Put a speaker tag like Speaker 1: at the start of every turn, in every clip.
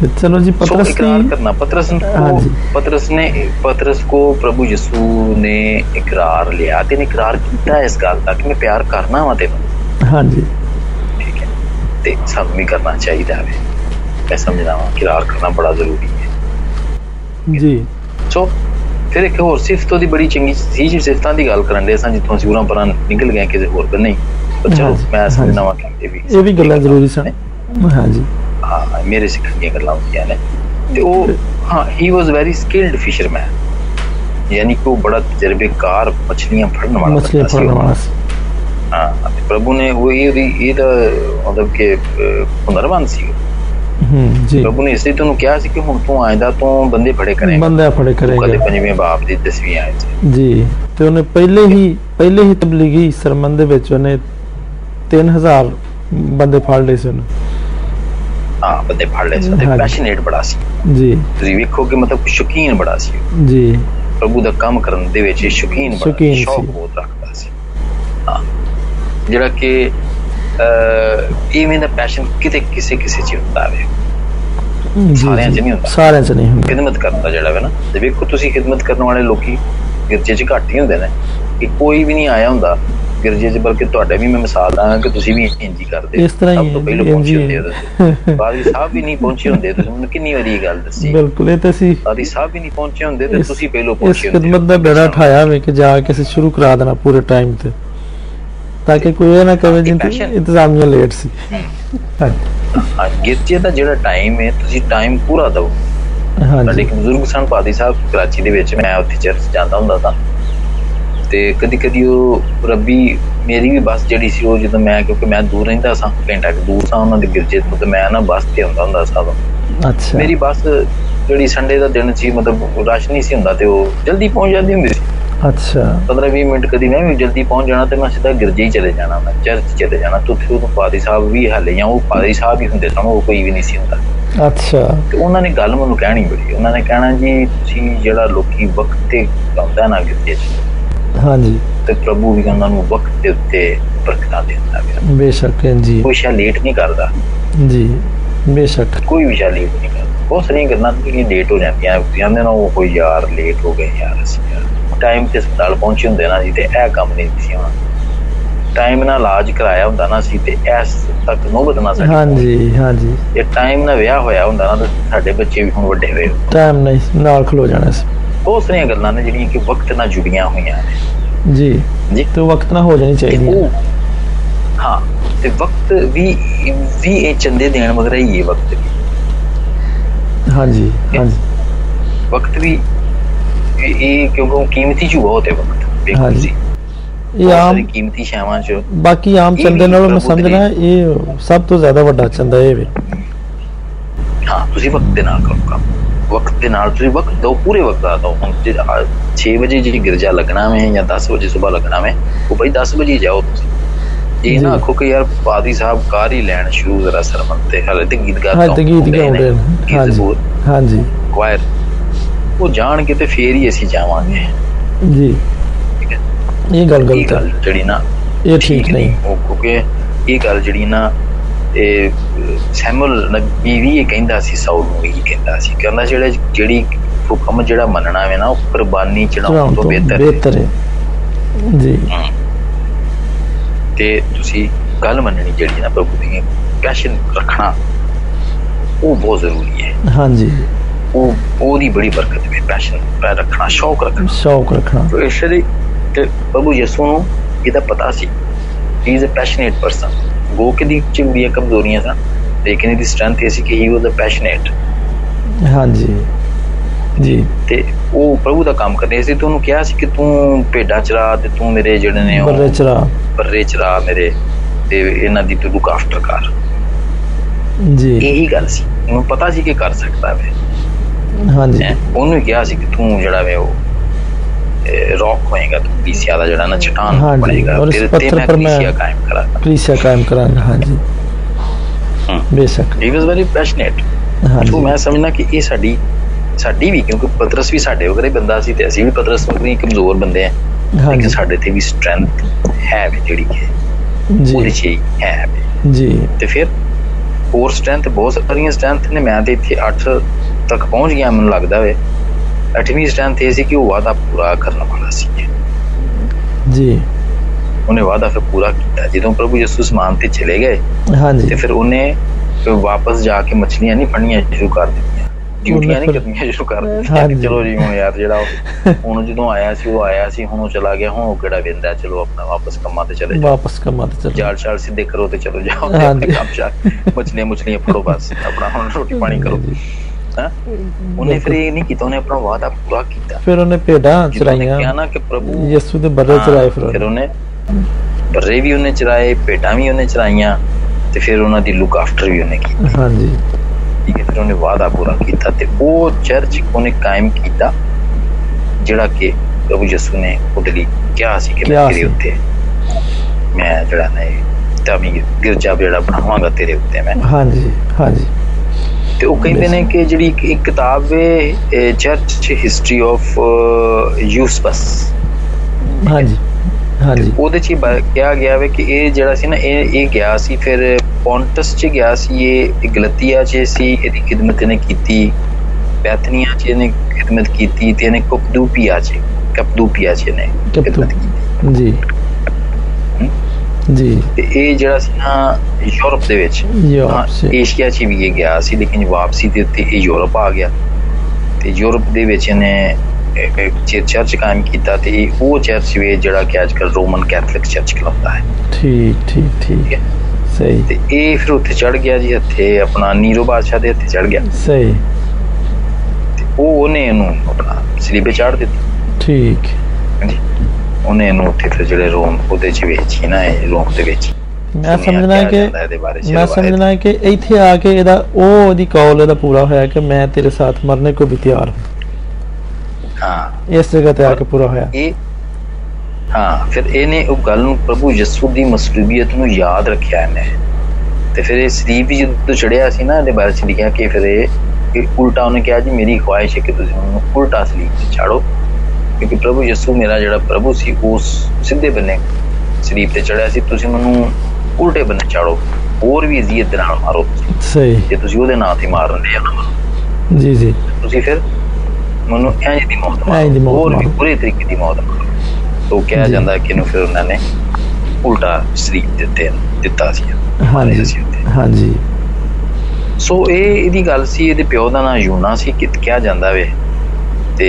Speaker 1: तो चलो जी
Speaker 2: सो
Speaker 1: पत्रस
Speaker 2: इकरार
Speaker 1: की
Speaker 2: करना पत्रस
Speaker 1: हाँ जी।
Speaker 2: को पत्रस ने पत्रस को प्रभु यीशु ने इकरार लिया ਤੇ ਨੇ ਇਕਰਾਰ ਕੀਤਾ ਇਸ ਗੱਲ ਦਾ ਕਿ ਮੈਂ ਪਿਆਰ ਕਰਨਾ ਵਾ ਤੈਨੂੰ
Speaker 1: हाँ जी
Speaker 2: ਠੀਕ ਹੈ ਤੇ ਸਾਨੂੰ ਵੀ ਕਰਨਾ ਚਾਹੀਦਾ ਹੈ ਮੈਂ ਸਮਝਦਾ ਹਾਂ ਇਕਰਾਰ ਕਰਨਾ ਬੜਾ ਜ਼ਰੂਰੀ ਹੈ
Speaker 1: जी
Speaker 2: ਸੋ ਫਿਰ ਇੱਕ ਹੋਰ ਸਿਫਤ ਉਹਦੀ ਬੜੀ ਚੰਗੀ ਸੀ ਜੀ ਸਿਫਤਾਂ ਦੀ ਗੱਲ ਕਰਨ ਦੇ ਸਾਂ ਜਿੱਥੋਂ ਅਸੀਂ ਉਰਾਂ ਪਰਾਂ ਨਿਕਲ ਗਏ ਕਿਸੇ ਹੋਰ ਬੰਨੇ ਹੀ। ਪਰ ਚਲੋ
Speaker 1: ਹਾਂਜੀ,
Speaker 2: ਮੈਂ
Speaker 1: ਹਾਂਜੀ।
Speaker 2: ਸਮਝਦਾ ਹਾਂ ਕਿ ਇਹ ਵੀ
Speaker 1: ये भी गल्ला जरूरी सन हाँ जी
Speaker 2: ਹਾਂ ਮੇਰੇ ਸਿੱਖਣ ਦੀਆਂ ਗੱਲਾਂ ਹੁੰਦੀਆਂ ਨੇ ਤੇ
Speaker 1: तो
Speaker 2: ਉਹ ਹਾਂ
Speaker 1: हाँ,
Speaker 2: ਹੀ ਵਾਸ ਵੈਰੀ ਸਕਿਲਡ ਫਿਸ਼ਰਮੈਨ ਯਾਨੀ ਕਿ ਉਹ ਬੜਾ ਤਜਰਬੇਕਾਰ ਮੱਛਲੀਆਂ ਫੜਨ ਵਾਲਾ
Speaker 1: मछलियाँ
Speaker 2: ਬੰਦਾ ਸੀ
Speaker 1: पकड़ने
Speaker 2: ਉਹ।
Speaker 1: वाला सी। हाँ,
Speaker 2: ਹਾਂ ਤੇ ਪ੍ਰਭੂ ਨੇ ਉਹ ਇਹ ਉਹਦੀ
Speaker 1: तो
Speaker 2: ਇਹਦਾ
Speaker 1: मतलब
Speaker 2: ਮਤਲਬ ਕਿ ਅਹ, ਹੁਨਰਮੰਦ ਸੀ ਉਹ।
Speaker 1: हम्म जी
Speaker 2: ਪ੍ਰਭੂ ਨੇ ਇਸ ਲਈ ਤੁਹਾਨੂੰ ਕਿਹਾ ਸੀ ਕਿ ਹੁਣ
Speaker 1: तो
Speaker 2: ਤੂੰ ਆਇਦਾ ਤੂੰ ਬੰਦੇ ਫੜੇ ਕਰੇਂਗਾ
Speaker 1: बंदा फड़े
Speaker 2: ਕਦੇ
Speaker 1: करेगा
Speaker 2: ਪੰਜਵੇਂ ਬਾਪ ਦੀ ਦਸਵੀਂ ਆਇਤ ਚ।
Speaker 1: ਜੀ ਤੇ ਉਹਨੇ ਪਹਿਲੇ ਹੀ ਪਹਿਲੇ ਹੀ ਤਬਲੀਗੀ ਸਰਮਨ ਦੇ ਵਿੱਚ ਉਹਨੇ 3000 ਬੰਦੇ ਫੜ ਲਏ ਸੀ ਉਹਨੇ हाँ,
Speaker 2: ਹਾਂ ਬੰਦੇ ਫੜ ਲਏ ਸੀ ਤੇ
Speaker 1: ਹਾਂਜੀ।
Speaker 2: ਪੈਸ਼ਨੇਟ ਬੜਾ ਸੀ
Speaker 1: ਜੀ
Speaker 2: ਤੁਸੀਂ ਵੇਖੋ ਕਿ
Speaker 1: मतलब
Speaker 2: ਮਤਲਬ ਸ਼ੌਕੀਨ ਬੜਾ ਸੀ ਉਹ।
Speaker 1: ਜੀ
Speaker 2: ਪ੍ਰਭੂ ਦਾ ਕੰਮ ਕਰਨ ਦੇ ਵਿੱਚ ਇਹ ਸ਼ੌਕੀਨ ਬੜਾ
Speaker 1: ਸ਼ੌਕੀਨ ਸੀ।
Speaker 2: ਸ਼ੌਕ ਬਹੁਤ ਰੱਖਦਾ ਸੀ ਹਾਂ ਜਿਹੜਾ ਕਿ ਅਹ ਇਵੇਂ ਦਾ ਪੈਸ਼ਨ ਕਿਤੇ ਕਿਸੇ ਕਿਸੇ ਚ ਹੁੰਦਾ ਵੇ
Speaker 1: ਜੀ,
Speaker 2: ਸਾਰਿਆਂ ਚ
Speaker 1: ਜੀ।
Speaker 2: ਨਹੀਂ ਹੁੰਦਾ।
Speaker 1: ਸਾਰਿਆਂ ਚ ਨਹੀਂ ਹੁੰਦਾ
Speaker 2: ਖਿਦਮਤ ਕਰਦਾ ਜਿਹੜਾ ਵੇ ਨਾ ਤੇ ਵੇਖੋ ਤੁਸੀਂ ਖਿਦਮਤ ਕਰਨ ਵਾਲੇ ਲੋਕੀ ਗਿਰਜੇ ਚ ਘੱਟ ਹੀ ਹੁੰਦੇ ਨੇ ਕਿ ਕੋਈ ਵੀ ਨਹੀਂ ਆਇਆ ਹੁੰਦਾ ਗਿਰਜੇ ਚ ਬਲਕਿ ਤੁਹਾਡੇ ਵੀ ਮੈਂ ਮਿਸਾਲ ਦਾਂ ਕਿ ਤੁਸੀਂ ਵੀ ਇੰਜ ਹੀ ਕਰਦੇ ਹੋ।
Speaker 1: ਇਸ ਤਰ੍ਹਾਂ ਹੀ
Speaker 2: ਸਭ ਤੋਂ
Speaker 1: ਹੈ,
Speaker 2: ਪਹਿਲਾਂ
Speaker 1: ਇੰਜ
Speaker 2: ਪਹੁੰਚੇ
Speaker 1: ਹੀ
Speaker 2: ਹੁੰਦੇ ਹੋ ਤੁਸੀਂ ਬਾਦੀ ਸਾਹਿਬ ਵੀ ਨਹੀਂ ਪਹੁੰਚੇ ਹੁੰਦੇ ਤੁਸੀਂ ਮੈਨੂੰ ਕਿੰਨੀ ਵਾਰੀ ਇਹ ਗੱਲ ਦੱਸੀ
Speaker 1: ਬਿਲਕੁਲ ਇਹ ਤਾਂ ਸੀ
Speaker 2: ਬਾਦੀ ਸਾਹਿਬ ਵੀ ਨਹੀਂ ਪਹੁੰਚੇ ਹੁੰਦੇ ਤੇ
Speaker 1: ਇਸ-
Speaker 2: ਤੁਸੀਂ ਪਹਿਲਾਂ
Speaker 1: ਇਸ
Speaker 2: ਪਹੁੰਚੇ ਹੁੰਦੇ
Speaker 1: ਖਿਦਮਤ ਦਾ
Speaker 2: ਹੋ।
Speaker 1: ਬੇੜਾ ਠਾਇਆ ਵੇ ਕਿ ਜਾ ਕੇ ਅਸੀਂ ਸ਼ੁਰੂ ਕਰਾ ਦੇਣਾ ਪੂਰੇ ਟਾਈਮ ਤੇ ਤਾਂ ਕਿ ਕੋਈ ਇਹ ਨਾ ਕਵੇ
Speaker 2: ਇਹ
Speaker 1: ਜਿੰਦ
Speaker 2: passion-
Speaker 1: ਇੰਤਜ਼ਾਮੀਆ ਲੇਟ ਸੀ ਹਾਂ
Speaker 2: ਹਾਂ, ਗਿਰਜੇ ਦਾ ਜਿਹੜਾ ਟਾਈਮ ਹੈ ਤੁਸੀਂ ਟਾਈਮ ਪੂਰਾ ਦਿਓ
Speaker 1: ਹਾਂ
Speaker 2: ਸਾਡੇ
Speaker 1: ਜੀ
Speaker 2: ਇੱਕ ਬਜ਼ੁਰਗ ਸਨ ਪਾਦੀ ਸਾਹਿਬ ਕਰਾਚੀ ਦੇ ਵਿੱਚ ਮੈਂ ਉੱਥੇ ਚਰਚ ਜਾਂਦਾ ਹੁੰਦਾ ਤਾਂ ਤੇ ਕਦੀ ਕਦੀ ਉਹ ਰੱਬੀ ਮੇਰੀ ਵੀ ਬੱਸ ਜਿਹੜੀ ਸੀ ਉਹ ਜਦੋਂ ਮੈਂ ਕਿਉਂਕਿ ਮੈਂ ਦੂਰ ਰਹਿੰਦਾ ਸਾਂ ਘੰਟਾ ਕੁ ਦੂਰ ਸਾਂ ਉਹਨਾਂ ਦੇ ਗਿਰਜੇ ਤੋਂ ਤੇ ਮੈਂ ਨਾ ਬੱਸ ਤੇ ਆਉਂਦਾ ਹੁੰਦਾ ਸਾਂ ਉਦੋਂ।
Speaker 1: ਅੱਛਾ
Speaker 2: ਮੇਰੀ ਬੱਸ ਜਿਹੜੀ ਸੰਡੇ ਦਾ ਦਿਨ ਸੀ ਮਤਲਬ ਰਸ਼ ਨਹੀਂ ਸੀ ਹੁੰਦਾ ਤੇ ਉਹ ਜਲਦੀ ਪਹੁੰਚ ਜਾਂਦੀ ਹੁੰਦੀ ਸੀ
Speaker 1: ਅੱਛਾ
Speaker 2: 15-20 ਮਿੰਟ ਕਦੀ ਮੈਂ ਵੀ ਜਲਦੀ ਪਹੁੰਚ ਜਾਣਾ ਤੇ ਮੈਂ ਸਿੱਧਾ ਗਿਰਜੇ ਹੀ ਚਲੇ ਜਾਣਾ ਮੈਂ ਚਰਚ ਚਲੇ ਜਾਣਾ ਤੇ ਉੱਥੇ ਉਹ ਪਾਦੀ ਸਾਹਿਬ ਵੀ ਹਾਲੇ ਜਾਂ ਉਹ ਪਾਦੀ ਸਾਹਿਬ ਹੀ ਹੁੰਦੇ ਸਨ ਉਹ ਕੋਈ ਵੀ ਨਹੀਂ ਸੀ ਹੁੰਦਾ
Speaker 1: ਅੱਛਾ
Speaker 2: ਤੇ ਉਹਨਾਂ ਨੇ ਗੱਲ ਮੈਨੂੰ ਕਹਿਣੀ ਬੜੀ ਉਹਨਾਂ ਨੇ ਕਹਿਣਾ ਜੀ ਤੁਸੀਂ ਜਿਹੜਾ ਲੋਕੀ ਵਕਤ ਤੇ ਗਾਉਂਦਾ ਨਾ ਕਿਤੇ
Speaker 1: ਹਾਂ ਜੀ
Speaker 2: ਤੇ ਪ੍ਰਭੂ ਵੀ ਉਹਨਾਂ ਨੂੰ ਵਕਤ ਦੇ ਉੱਤੇ ਬਰਕਤਾਂ ਦਿੰਦਾ ਵੀਰ
Speaker 1: ਬੇਸ਼ੱਕ ਜੀ
Speaker 2: ਕੋਈ ਸ਼ਾ ਲੇਟ ਨਹੀਂ ਕਰਦਾ
Speaker 1: ਜੀ ਬੇਸ਼ੱਕ
Speaker 2: ਕੋਈ ਵੀ ਸ਼ਾ ਲੇਟ ਨਹੀਂ ਕਰਦਾ ਬਹੁਤ ਸਾਰੀਆਂ ਗੱਲਾਂ ਜਿਹੜੀਆਂ ਲੇਟ ਹੋ ਜਾਂਦੀਆਂ ਕਹਿੰਦੇ ਨਾ ਉਹ ਕੋਈ ਯਾਰ ਲੇਟ ਹੋ ਗਏ ਯਾਰ ਅਸੀਂ ਯਾਰ ਟਾਈਮ ਤੇ ਹਸਪਤਾਲ ਪਹੁੰਚੇ ਹੁੰਦੇ ਨਾ ਜੀ ਤੇ ਇਹ ਕੰਮ ਨਹੀਂ ਸੀ ਹੋਣਾ ਟਾਈਮ ਨਾਲ ਇਲਾਜ ਕਰਾਇਆ ਹੁੰਦਾ ਨਾ ਸੀ ਤੇ ਇਸ ਤੱਕ ਨੋਬਤ ਨਾ ਸਾਡੀ
Speaker 1: ਹਾਂ ਜੀ ਹਾਂ ਜੀ
Speaker 2: ਜੇ ਟਾਈਮ ਨਾਲ ਵਿਆਹ ਹੋਇਆ ਹੁੰਦਾ ਨਾ ਤਾਂ ਸਾਡੇ ਬੱਚੇ ਵੀ ਹੁਣ ਵੱਡੇ ਹੋਏ
Speaker 1: ਟਾਈਮ ਨਹੀਂ ਨਾਲ ਖਲੋ ਜਾਣਾ ਸੀ
Speaker 2: ਬਹੁਤ ਸਾਰੀਆਂ ਗੱਲਾਂ ਨੇ ਜਿਹੜੀਆਂ ਕਿ ਵਕਤ ਨਾਲ ਜੁੜੀਆਂ ਹੋਈਆਂ ਨੇ
Speaker 1: ਜੀ
Speaker 2: ਜੀ
Speaker 1: ਤੇ ਵਕਤ ਨਾਲ ਹੋ ਜਾਣੀ
Speaker 2: ਤੇ
Speaker 1: ਚਾਹੀਦੀ ਹੈ
Speaker 2: ਉਹ ਹਾਂ ਤੇ ਵਕਤ ਵੀ ਵੀ ਇਹ ਚੰਦੇ ਦੇਣ ਮਗਰ ਹੀ ਇਹ ਵਕਤ ਵੀ
Speaker 1: ਹਾਂ ਜੀ ਹਾਂ ਜੀ
Speaker 2: ਵਕਤ ਵੀ ਇਹ- ਇਹ ਕਿਉਂਕਿ ਉਹ ਕੀਮਤੀ ਜੂ ਬਹੁਤ ਹੈ ਵਕਤ ਵੇਖੋ
Speaker 1: ਹਾਂਜੀ।
Speaker 2: ਤੁਸੀਂ
Speaker 1: ਇਹ
Speaker 2: ਬਹੁਤ
Speaker 1: ਆਮ
Speaker 2: ਸਾਰੀ ਕੀਮਤੀ ਸ਼ੈਵਾਂ ਚ
Speaker 1: ਬਾਕੀ ਆਮ
Speaker 2: ਇਹ
Speaker 1: ਚੰਦੇ
Speaker 2: ਵੀ
Speaker 1: ਨਾਲੋਂ ਮੈਂ
Speaker 2: ਪ੍ਰਭੂ ਦੇ-
Speaker 1: ਸਮਝਣਾ ਇਹ ਸਭ ਤੋਂ ਜ਼ਿਆਦਾ ਵੱਡਾ ਚੰਦਾ ਇਹ ਵੇ
Speaker 2: ਹਾਂ ਤੁਸੀਂ ਵਕਤ ਦੇ ਨਾਲ ਕਰੋ ਕੰਮ ਵਕਤ ਦੇ ਨਾਲ ਤੁਸੀਂ ਵਕਤ ਦੋ ਪੂਰੇ ਵਕਤ ਦਾ ਦਿਓ ਹੁਣ ਜੇ 6 ਵਜੇ ਜਿਹੜੀ ਗਿਰਜਾ ਲੱਗਣਾ ਵੇ ਜਾਂ 10 ਵਜੇ ਸਵੇਰ ਲੱਗਣਾ ਵੇ ਉਹ ਭਾਈ 10 ਵਜੇ ਹੀ ਜਾਓ ਤੁਸੀਂ ਇਹ ਨਾ
Speaker 1: ਜੀ।
Speaker 2: ਆਖੋ ਕਿ ਯਾਰ ਪਾਦੀ ਸਾਹਿਬ ਕਾਰ ਹੀ ਲੈਣ ਸ਼ੁਰੂ ਜ਼ਰਾ ਸਰਮਨ ਤੇ ਹਾਲੇ ਤੇ ਗੀਤ ਗਾ
Speaker 1: ਹਾਂ ਤੇ ਗੀਤ ਗਾਉਂਦੇ ਨੇ ਹਾਂ
Speaker 2: ਗੀਤ
Speaker 1: ਜੀ
Speaker 2: ਬੋਲ
Speaker 1: ਹਾਂ ਜੀ
Speaker 2: ਕੁਆਇਰ ਉਹ ਜਾਣ ਕੇ ਤੇ ਫੇਰ ਹੀ ਅਸੀਂ ਜਾਵਾਂਗੇ
Speaker 1: ਜੀ
Speaker 2: ਠੀਕ ਹੈ
Speaker 1: ਇਹ ਗੱਲ
Speaker 2: ਇਹ
Speaker 1: ਗਲਤ ਹੈ
Speaker 2: ਗੱਲ ਜਿਹੜੀ ਨਾ
Speaker 1: ਇਹ ਠੀਕ ਨਹੀਂ
Speaker 2: ਉਹ ਕਿਉਂਕਿ ਇਹ ਗੱਲ ਜਿਹੜੀ ਨਾ ਇਹ ਅਹ, ਸੈਮੂਅਲ ਨਬੀ ਵੀ ਇਹ ਕਹਿੰਦਾ ਸੀ ਸਾਊਲ ਨੂੰ ਇਹ ਕਹਿੰਦਾ ਸੀ ਕਹਿੰਦਾ ਜਿਹੜਾ ਜਿਹੜੀ ਹੁਕਮ ਜਿਹੜਾ ਮੰਨਣਾ ਹੈ ਨਾ ਉਹ ਕੁਰਬਾਨੀ ਚੜਾਉਣ
Speaker 1: ਚੜਾਉਣ
Speaker 2: ਤੋਂ ਬਿਹਤਰ ਹੈ।
Speaker 1: ਬਿਹਤਰ ਹੈ ਜੀ
Speaker 2: ਤੇ ਤੁਸੀਂ ਗੱਲ ਮੰਨਣੀ ਜਿਹੜੀ ਨਾ ਪ੍ਰਭੂ ਦੀ ਪੈਸ਼ਨ ਰੱਖਣਾ ਉਹ ਬਹੁਤ ਜ਼ਰੂਰੀ ਹੈ
Speaker 1: ਹਾਂ ਜੀ
Speaker 2: ਉਹ ਉਹਦੀ ਬੜੀ ਬਰਕਤ ਹੈ ਪੈਸ਼ਨ ਰੱਖਣਾ ਸ਼ੌਕ ਰੱਖਣਾ
Speaker 1: ਸ਼ੌਕ ਰੱਖਣਾ
Speaker 2: So ਇਸੇ ਲਈ ਤੇ ਪ੍ਰਭੂ ਯਿਸੂ ਨੂੰ ਇਹਦਾ ਪਤਾ ਸੀ he is a passionate person ਗੋ ਕਿ ਦੀ ਚੰਗੀਆਂ ਕਮਜ਼ੋਰੀਆਂ ਸਨ ਲੇਕਿਨ ਇਹਦੀ ਸਟਰੈਂਥ ਇਹ ਸੀ ਕਿ ਹੀ ਵਾਸ ਅ ਪੈਸ਼ਨੇਟ
Speaker 1: ਹਾਂ ਜੀ ਜੀ
Speaker 2: ਤੇ ਉਹ ਪ੍ਰਭੂ ਦਾ ਕੰਮ ਕਰਦੇ ਸੀ ਤੇ ਉਹਨੂੰ ਕਿਹਾ ਸੀ ਕਿ ਤੂੰ ਭੇਡਾਂ ਚਰਾ ਤੇ ਤੂੰ ਮੇਰੇ ਜਿਹੜੇ ਨੇ
Speaker 1: ਬਰੇ
Speaker 2: ਉਹ
Speaker 1: ਚਰਾ
Speaker 2: ਪਰਰੇ ਚਰਾ ਮੇਰੇ ਤੇ ਇਹਨਾਂ ਦੀ ਤੂੰ ਲੁੱਕ ਆਫਟਰ ਕਰ
Speaker 1: ਜੀ
Speaker 2: ਇਹੀ ਗੱਲ ਸੀ ਉਹਨੂੰ ਪਤਾ ਸੀ ਕਿ ਕਰ ਸਕਦਾ ਵੇ
Speaker 1: ਹਾਂ ਜੀ
Speaker 2: ਹੈਂ। ਉਹਨੂੰ ਕਿਹਾ ਸੀ ਕਿ ਤੂੰ ਜਿਹੜਾ ਵੇ ਉਹ ਰੌਕ ਹੋਏਗਾ ਤੂੰ ਪੀਸੀਆ ਦਾ ਜਿਹੜਾ ਨਾ
Speaker 1: ਹਾਂਜੀ,
Speaker 2: ਚਟਾਨ ਬਣੇਗਾ
Speaker 1: ਔਰ ਇਸ
Speaker 2: ਤੇਰੇ ਤੇ
Speaker 1: ਪੱਥਰ
Speaker 2: ਮੈਂ
Speaker 1: ਪਰ ਮੈਂ-
Speaker 2: ਪੀਸੀਆ ਕਾਇਮ ਕਰਾਂਗਾ
Speaker 1: ਕ੍ਰਿਸ਼ਾ ਕਾਇਮ ਕਰਾਂਗਾ ਹਾਂ ਜੀ
Speaker 2: ਹਾਂ।
Speaker 1: ਬੇਸ਼ੱਕ
Speaker 2: ਹੀ ਵਾਸ ਵੈਰੀ ਪੈਸ਼ਨੇਟ
Speaker 1: ਹਾਂ
Speaker 2: ਸੋ
Speaker 1: ਜੀ
Speaker 2: ਮੈਂ ਸਮਝਣਾ ਕਿ ਇਹ ਸਾਡੀ ਸਾਡੀ ਵੀ ਕਿਉਂਕਿ ਪਤਰਸ ਵੀ ਸਾਡੇ ਵਰਗਾ ਹੀ ਬੰਦਾ ਸੀ ਤੇ ਅਸੀਂ ਵੀ ਪਤਰਸ ਵਰਗੇ ਹੀ ਕਮਜ਼ੋਰ ਬੰਦੇ ਆ
Speaker 1: ਹਾਂ
Speaker 2: ਲੇਕਿਨ ਸਾਡੇ ਤੇ ਵੀ ਸਟਰੈਂਥ ਹੈ ਵੀ ਜਿਹੜੀ ਕਿ
Speaker 1: ਜੀ
Speaker 2: ਉਹਦੇ ਚ ਹੀ ਹੈ ਵੀ।
Speaker 1: ਜੀ
Speaker 2: ਤੇ ਫਿਰ ਹੋਰ ਸਟਰੈਂਥ ਬਹੁਤ ਸਾਰੀਆਂ ਸਟਰੈਂਥ ਨੇ ਮੈਂ ਤੇ ਇੱਥੇ 8 ਤੱਕ ਪਹੁੰਚ ਗਿਆ ਮੈਨੂੰ ਲੱਗਦਾ ਵੇ 8ਵੀਂ ਸਟਰੈਂਥ ਇਹ ਸੀ ਕਿ ਉਹ ਵਾਅਦਾ ਪੂਰਾ ਕਰਨ ਵਾਲਾ ਸੀ
Speaker 1: ਜੀ
Speaker 2: ਉਹਨੇ ਵਾਅਦਾ ਫਿਰ ਪੂਰਾ ਕੀਤਾ ਜਦੋਂ ਪ੍ਰਭੂ ਯਿਸੂ ਸਮਾਨ ਤੇ ਚਲੇ ਗਏ ਤੇ
Speaker 1: ਹਾਂਜੀ
Speaker 2: ਫਿਰ ਉਹਨੇ ਫਿਰ ਵਾਪਸ ਜਾ ਕੇ ਮੱਛਲੀਆਂ ਨਹੀਂ ਫੜਨੀਆਂ ਸ਼ੁਰੂ ਕਰ ਦਿੱਤੀਆਂ ਡਿਊਟੀਆਂ ਨਹੀਂ
Speaker 1: ਬਿਲਕੁਲ।
Speaker 2: ਕਰਨੀਆਂ ਸ਼ੁਰੂ ਕਰ ਦਿੱਤੀਆਂ ਕਿ
Speaker 1: ਹਾਂਜੀ।
Speaker 2: ਚਲੋ ਜੀ ਹੁਣ ਯਾਰ ਜਿਹੜਾ ਉਹ- ਹੁਣ ਜਦੋਂ ਆਇਆ ਸੀ ਉਹ ਆਇਆ ਸੀ ਹੁਣ ਉਹ ਚਲਾ ਗਿਆ ਹੁਣ ਉਹ ਕਿਹੜਾ ਵਿੰਦਾ ਚਲੋ ਆਪਣਾ ਵਾਪਸ ਕੰਮਾਂ ਤੇ ਚਲੇ ਜਾਓ
Speaker 1: ਵਾਪਸ ਕੰਮਾਂ ਤੇ ਚੱਲ
Speaker 2: ਜਾਲ ਛਾਲ ਸਿੱਧੇ ਕਰੋ ਤੇ ਚਲੋ ਜਾਓ ਤੇ
Speaker 1: ਹਾਂਜੀ।
Speaker 2: ਆਪਣੇ ਕੰਮ ਛਾਲ ਮੱਛਲੀਆਂ ਮੁੱਛਲੀਆਂ ਫੜੋ ਬਸ ਆਪਣਾ ਹੁਣ ਰੋਟੀ ਪਾਣੀ ਕਰੋ
Speaker 1: ਜੀ।
Speaker 2: ਹਾਂ ਉਹਨੇ ਫਿਰ ਇਹ ਨਹੀਂ ਕੀਤਾ ਉਹਨੇ ਆਪਣਾ ਵਾਅਦਾ ਪੂਰਾ ਕੀਤਾ
Speaker 1: ਫਿਰ ਉਹਨੇ ਭੇਡਾਂ
Speaker 2: ਜਦੋਂ ਉਹਨੇ ਕਿਹਾ
Speaker 1: ਚਰਾਈਆਂ
Speaker 2: ਨਾ ਕਿ ਪ੍ਰਭੂ
Speaker 1: ਯਿਸੂ ਦੇ ਬਰਰੇ
Speaker 2: ਹਾਂ,
Speaker 1: ਚਰਾਏ ਫਿਰ ਉਹਨੇ।
Speaker 2: ਫਿਰ ਉਹਨੇ ਬਰੇ ਵੀ ਉਹਨੇ ਚਰਾਏ ਭੇਡਾਂ ਵੀ ਉਹਨੇ ਚਰਾਈਆਂ ਤੇ ਫਿਰ ਉਹਨਾਂ ਦੀ ਲੁੱਕ ਆਫਟਰ ਵੀ ਉਹਨੇ ਕੀਤੀ
Speaker 1: ਹਾਂਜੀ
Speaker 2: ਠੀਕ ਹੈ ਫਿਰ ਉਹਨੇ ਵਾਅਦਾ ਪੂਰਾ ਕੀਤਾ ਤੇ ਉਹ ਚਰਚ ਉਹਨੇ ਕਾਇਮ ਕੀਤਾ ਜਿਹੜਾ ਕਿ ਪ੍ਰਭੂ ਯਿਸੂ ਨੇ ਉਹਦੇ ਲਈ ਕਿਹਾ ਸੀ ਕਿ
Speaker 1: ਕਿਹਾ
Speaker 2: ਮੈਂ ਤੇਰੇ
Speaker 1: ਸੀ।
Speaker 2: ਉੱਤੇ ਮੈਂ ਜਿਹੜਾ ਨਾ ਤਾਮੀ ਗਿਰਜਾ ਜਿਹੜਾ ਬਣਾਵਾਂਗਾ ਤੇਰੇ ਉੱਤੇ ਮੈਂ
Speaker 1: ਹਾਂਜੀ ਹਾਂਜੀ
Speaker 2: ਤੇ ਉਹ ਕਹਿੰਦੇ ਨੇ ਕਿ ਜਿਹੜੀ ਇੱਕ- ਇੱਕ ਕਿਤਾਬ ਹੈ ਚਰਚ ਹਿਸਟਰੀ ਆਫ ਯੂਸਪਸ
Speaker 1: ਹਾਂਜੀ ਹਾਂਜੀ
Speaker 2: ਉਹਦੇ ਚ ਹੀ ਬ- ਕਿਹਾ ਗਿਆ ਵੇ ਕਿ ਇਹ ਜਿਹੜਾ ਸੀ ਨਾ ਇਹ ਇਹ ਗਿਆ ਸੀ ਫਿਰ ਪੌਂਟਸ ਚ ਗਿਆ ਸੀ ਇਹ ਗਲਤੀਆ ਚ ਸੀ ਇਹਦੀ ਖਿਦਮਤ ਇਹਨੇ ਕੀਤੀ ਬੈਥਨੀਆ ਚ ਇਹਨੇ ਖਿਦਮਤ ਕੀਤੀ ਤੇ ਇਹਨੇ ਕਪਦੂਪੀਆ ਚ ਕਪਦੂਪੀਆ ਚ ਇਹਨੇ
Speaker 1: ਕਪਦੂ-
Speaker 2: ਖਿਦਮਤ ਕੀਤੀ
Speaker 1: ਜੀ ਜੀ
Speaker 2: ਤੇ ਇਹ ਜਿਹੜਾ ਸੀ ਨਾ ਯੂਰਪ ਦੇ ਵਿੱਚ
Speaker 1: ਯੂਰਪ
Speaker 2: ਹਾਂ,
Speaker 1: ਚ।
Speaker 2: ਏਸ਼ੀਆ ਚ ਵੀ ਇਹ ਗਿਆ ਸੀ ਲੇਕਿਨ ਵਾਪਸੀ ਦੇ ਉੱਤੇ ਇਹ ਯੂਰਪ ਆ ਗਿਆ ਤੇ ਯੂਰਪ ਦੇ ਵਿੱਚ ਇਹਨੇ ਇੱਕ- ਇੱਕ ਚ- ਚਰਚ ਕਾਇਮ ਕੀਤਾ ਤੇ ਇਹ ਉਹ ਚਰਚ ਵੀ ਹੈ ਜਿਹੜਾ ਕਿ ਅੱਜ ਕੱਲ੍ਹ ਰੋਮਨ ਕੈਥੋਲਿਕ ਚਰਚ ਕਹਲਾਉਂਦਾ ਹੈ
Speaker 1: ਠੀਕ ਠੀਕ ਠੀਕ
Speaker 2: ਹੈ।
Speaker 1: ਸਹੀ
Speaker 2: ਤੇ ਇਹ ਫਿਰ ਉੱਥੇ ਚੜ ਗਿਆ ਜੀ ਹੱਥੇ ਆਪਣਾ ਨੀਰੋ ਬਾਦਸ਼ਾਹ ਦੇ ਹੱਥੇ ਚੜ ਗਿਆ
Speaker 1: ਸਹੀ
Speaker 2: ਤੇ ਉਹ ਉਹਨੇ ਇਹਨੂੰ ਆਪਣਾ ਸਲੀਬੇ ਚਾੜ ਦਿੱਤਾ
Speaker 1: ਠੀਕ
Speaker 2: ਹਾਂਜੀ ਉਹਨੇ ਇਹਨੂੰ ਉੱਥੇ ਫਿਰ ਜਿਹੜੇ ਰੋਮ ਉਹਦੇ ਚ ਵੇਚੀ ਨਾ ਇਹ ਰੋਮ ਦੇ ਵਿੱਚ
Speaker 1: ਮੈਂ
Speaker 2: ਸੁਣਿਆ
Speaker 1: ਸਮਝਣਾ ਹੈ
Speaker 2: ਕਿਹਾ ਜਾਂਦਾ
Speaker 1: ਕਿ
Speaker 2: ਇਹਦੇ ਬਾਰੇ ਚ
Speaker 1: ਮੈਂ
Speaker 2: ਰਵਾਇਤ।
Speaker 1: ਸਮਝਣਾ ਹੈ ਕਿ ਇੱਥੇ ਆ ਕੇ ਇਹਦਾ ਉਹ ਉਹਦੀ ਕੌਲ ਇਹਦਾ ਪੂਰਾ ਹੋਇਆ ਕਿ ਮੈਂ ਤੇਰੇ ਸਾਥ ਮਰਨੇ ਕੋ ਵੀ ਤਿਆਰ ਹੂੰ
Speaker 2: ਹਾਂ
Speaker 1: ਇਸ ਜਗ੍ਹਾ ਤੇ ਆ ਕੇ ਪੂਰਾ ਹੋਇਆ
Speaker 2: ਇਹ ਹਾਂ ਫਿਰ ਇਹਨੇ ਉਹ ਗੱਲ ਨੂੰ ਪ੍ਰਭੂ ਯਿਸੂ ਦੀ ਮਸਲੂਬੀਅਤ ਨੂੰ ਯਾਦ ਰੱਖਿਆ ਇਹਨੇ ਤੇ ਫਿਰ ਇਹ ਸਲੀਬ ਵੀ ਜਦੋਂ ਚੜਿਆ ਸੀ ਨਾ ਇਹਦੇ ਬਾਰੇ ਚ ਲਿਖਿਆ ਕਿ ਫਿਰ ਇਹ ਇਹ ਉਲਟਾ ਉਹਨੇ ਕਿਹਾ ਜੀ ਮੇਰੀ ਖੁਆਇਸ਼ ਹੈ ਕਿ ਤੁਸੀਂ ਉਹਨੂੰ ਉਲਟਾ ਸਲੀਬ ਤੇ ਛਾੜੋ ਕਿਉਂਕਿ ਪ੍ਰਭੂ ਯਿਸੂ ਮੇਰਾ ਜਿਹੜਾ ਪ੍ਰਭੂ ਸੀ ਉਹ ਸ- ਸਿੱਧੇ ਬੰਨੇ ਸਲੀਬ ਤੇ ਚੜਿਆ ਸੀ ਤੁਸੀਂ ਮੈਨੂੰ ਉਲਟੇ ਬੰਨੇ ਛਾੜੋ ਹੋਰ ਵੀ ਅਜ਼ੀਅਤ ਦੇ ਨਾਲ ਮਾਰੋ
Speaker 1: ਸਹੀ
Speaker 2: ਜੇ ਤੁਸੀਂ ਉਹਦੇ ਨਾਂ ਤੇ ਮਾਰਨਦੇ ਆ ਨਾ ਮੈਨੂੰ,
Speaker 1: ਜੀ ਜੀ
Speaker 2: ਤੁਸੀਂ ਫਿਰ ਮੈਨੂੰ ਇੰਜ ਦੀ ਮੌਤ
Speaker 1: ਇੰਝ ਦੀ
Speaker 2: ਮਾਰੋ
Speaker 1: ਮੌਤ
Speaker 2: ਹੋਰ ਵੀ
Speaker 1: ਮਾਰੋ।
Speaker 2: ਬੁਰੇ ਤਰੀਕੇ ਦੀ ਮੌਤ ਮਾਰੋ ਤੋ ਕਿਹਾ
Speaker 1: ਜੀ।
Speaker 2: ਜਾਂਦਾ ਕਿ ਇਹਨੂੰ ਫਿਰ ਉਹਨਾਂ ਨੇ ਉਲਟਾ ਸਲੀਬ ਦਿੱਤੇ ਦਿੱਤਾ ਸੀ
Speaker 1: Ah,
Speaker 2: ਮਾਰਿਆ ਸੀ
Speaker 1: ਹਾਂਜੀ
Speaker 2: ਉੱਤੇ।
Speaker 1: ਹਾਂਜੀ
Speaker 2: ਸੋ ਇਹ ਇਹਦੀ ਗੱਲ ਸੀ ਇਹਦੇ ਪਿਓ ਦਾ ਨਾਂ ਯੂਨਾ ਸੀ ਕਿ ਕਿਹਾ ਜਾਂਦਾ ਵੇ ਤੇ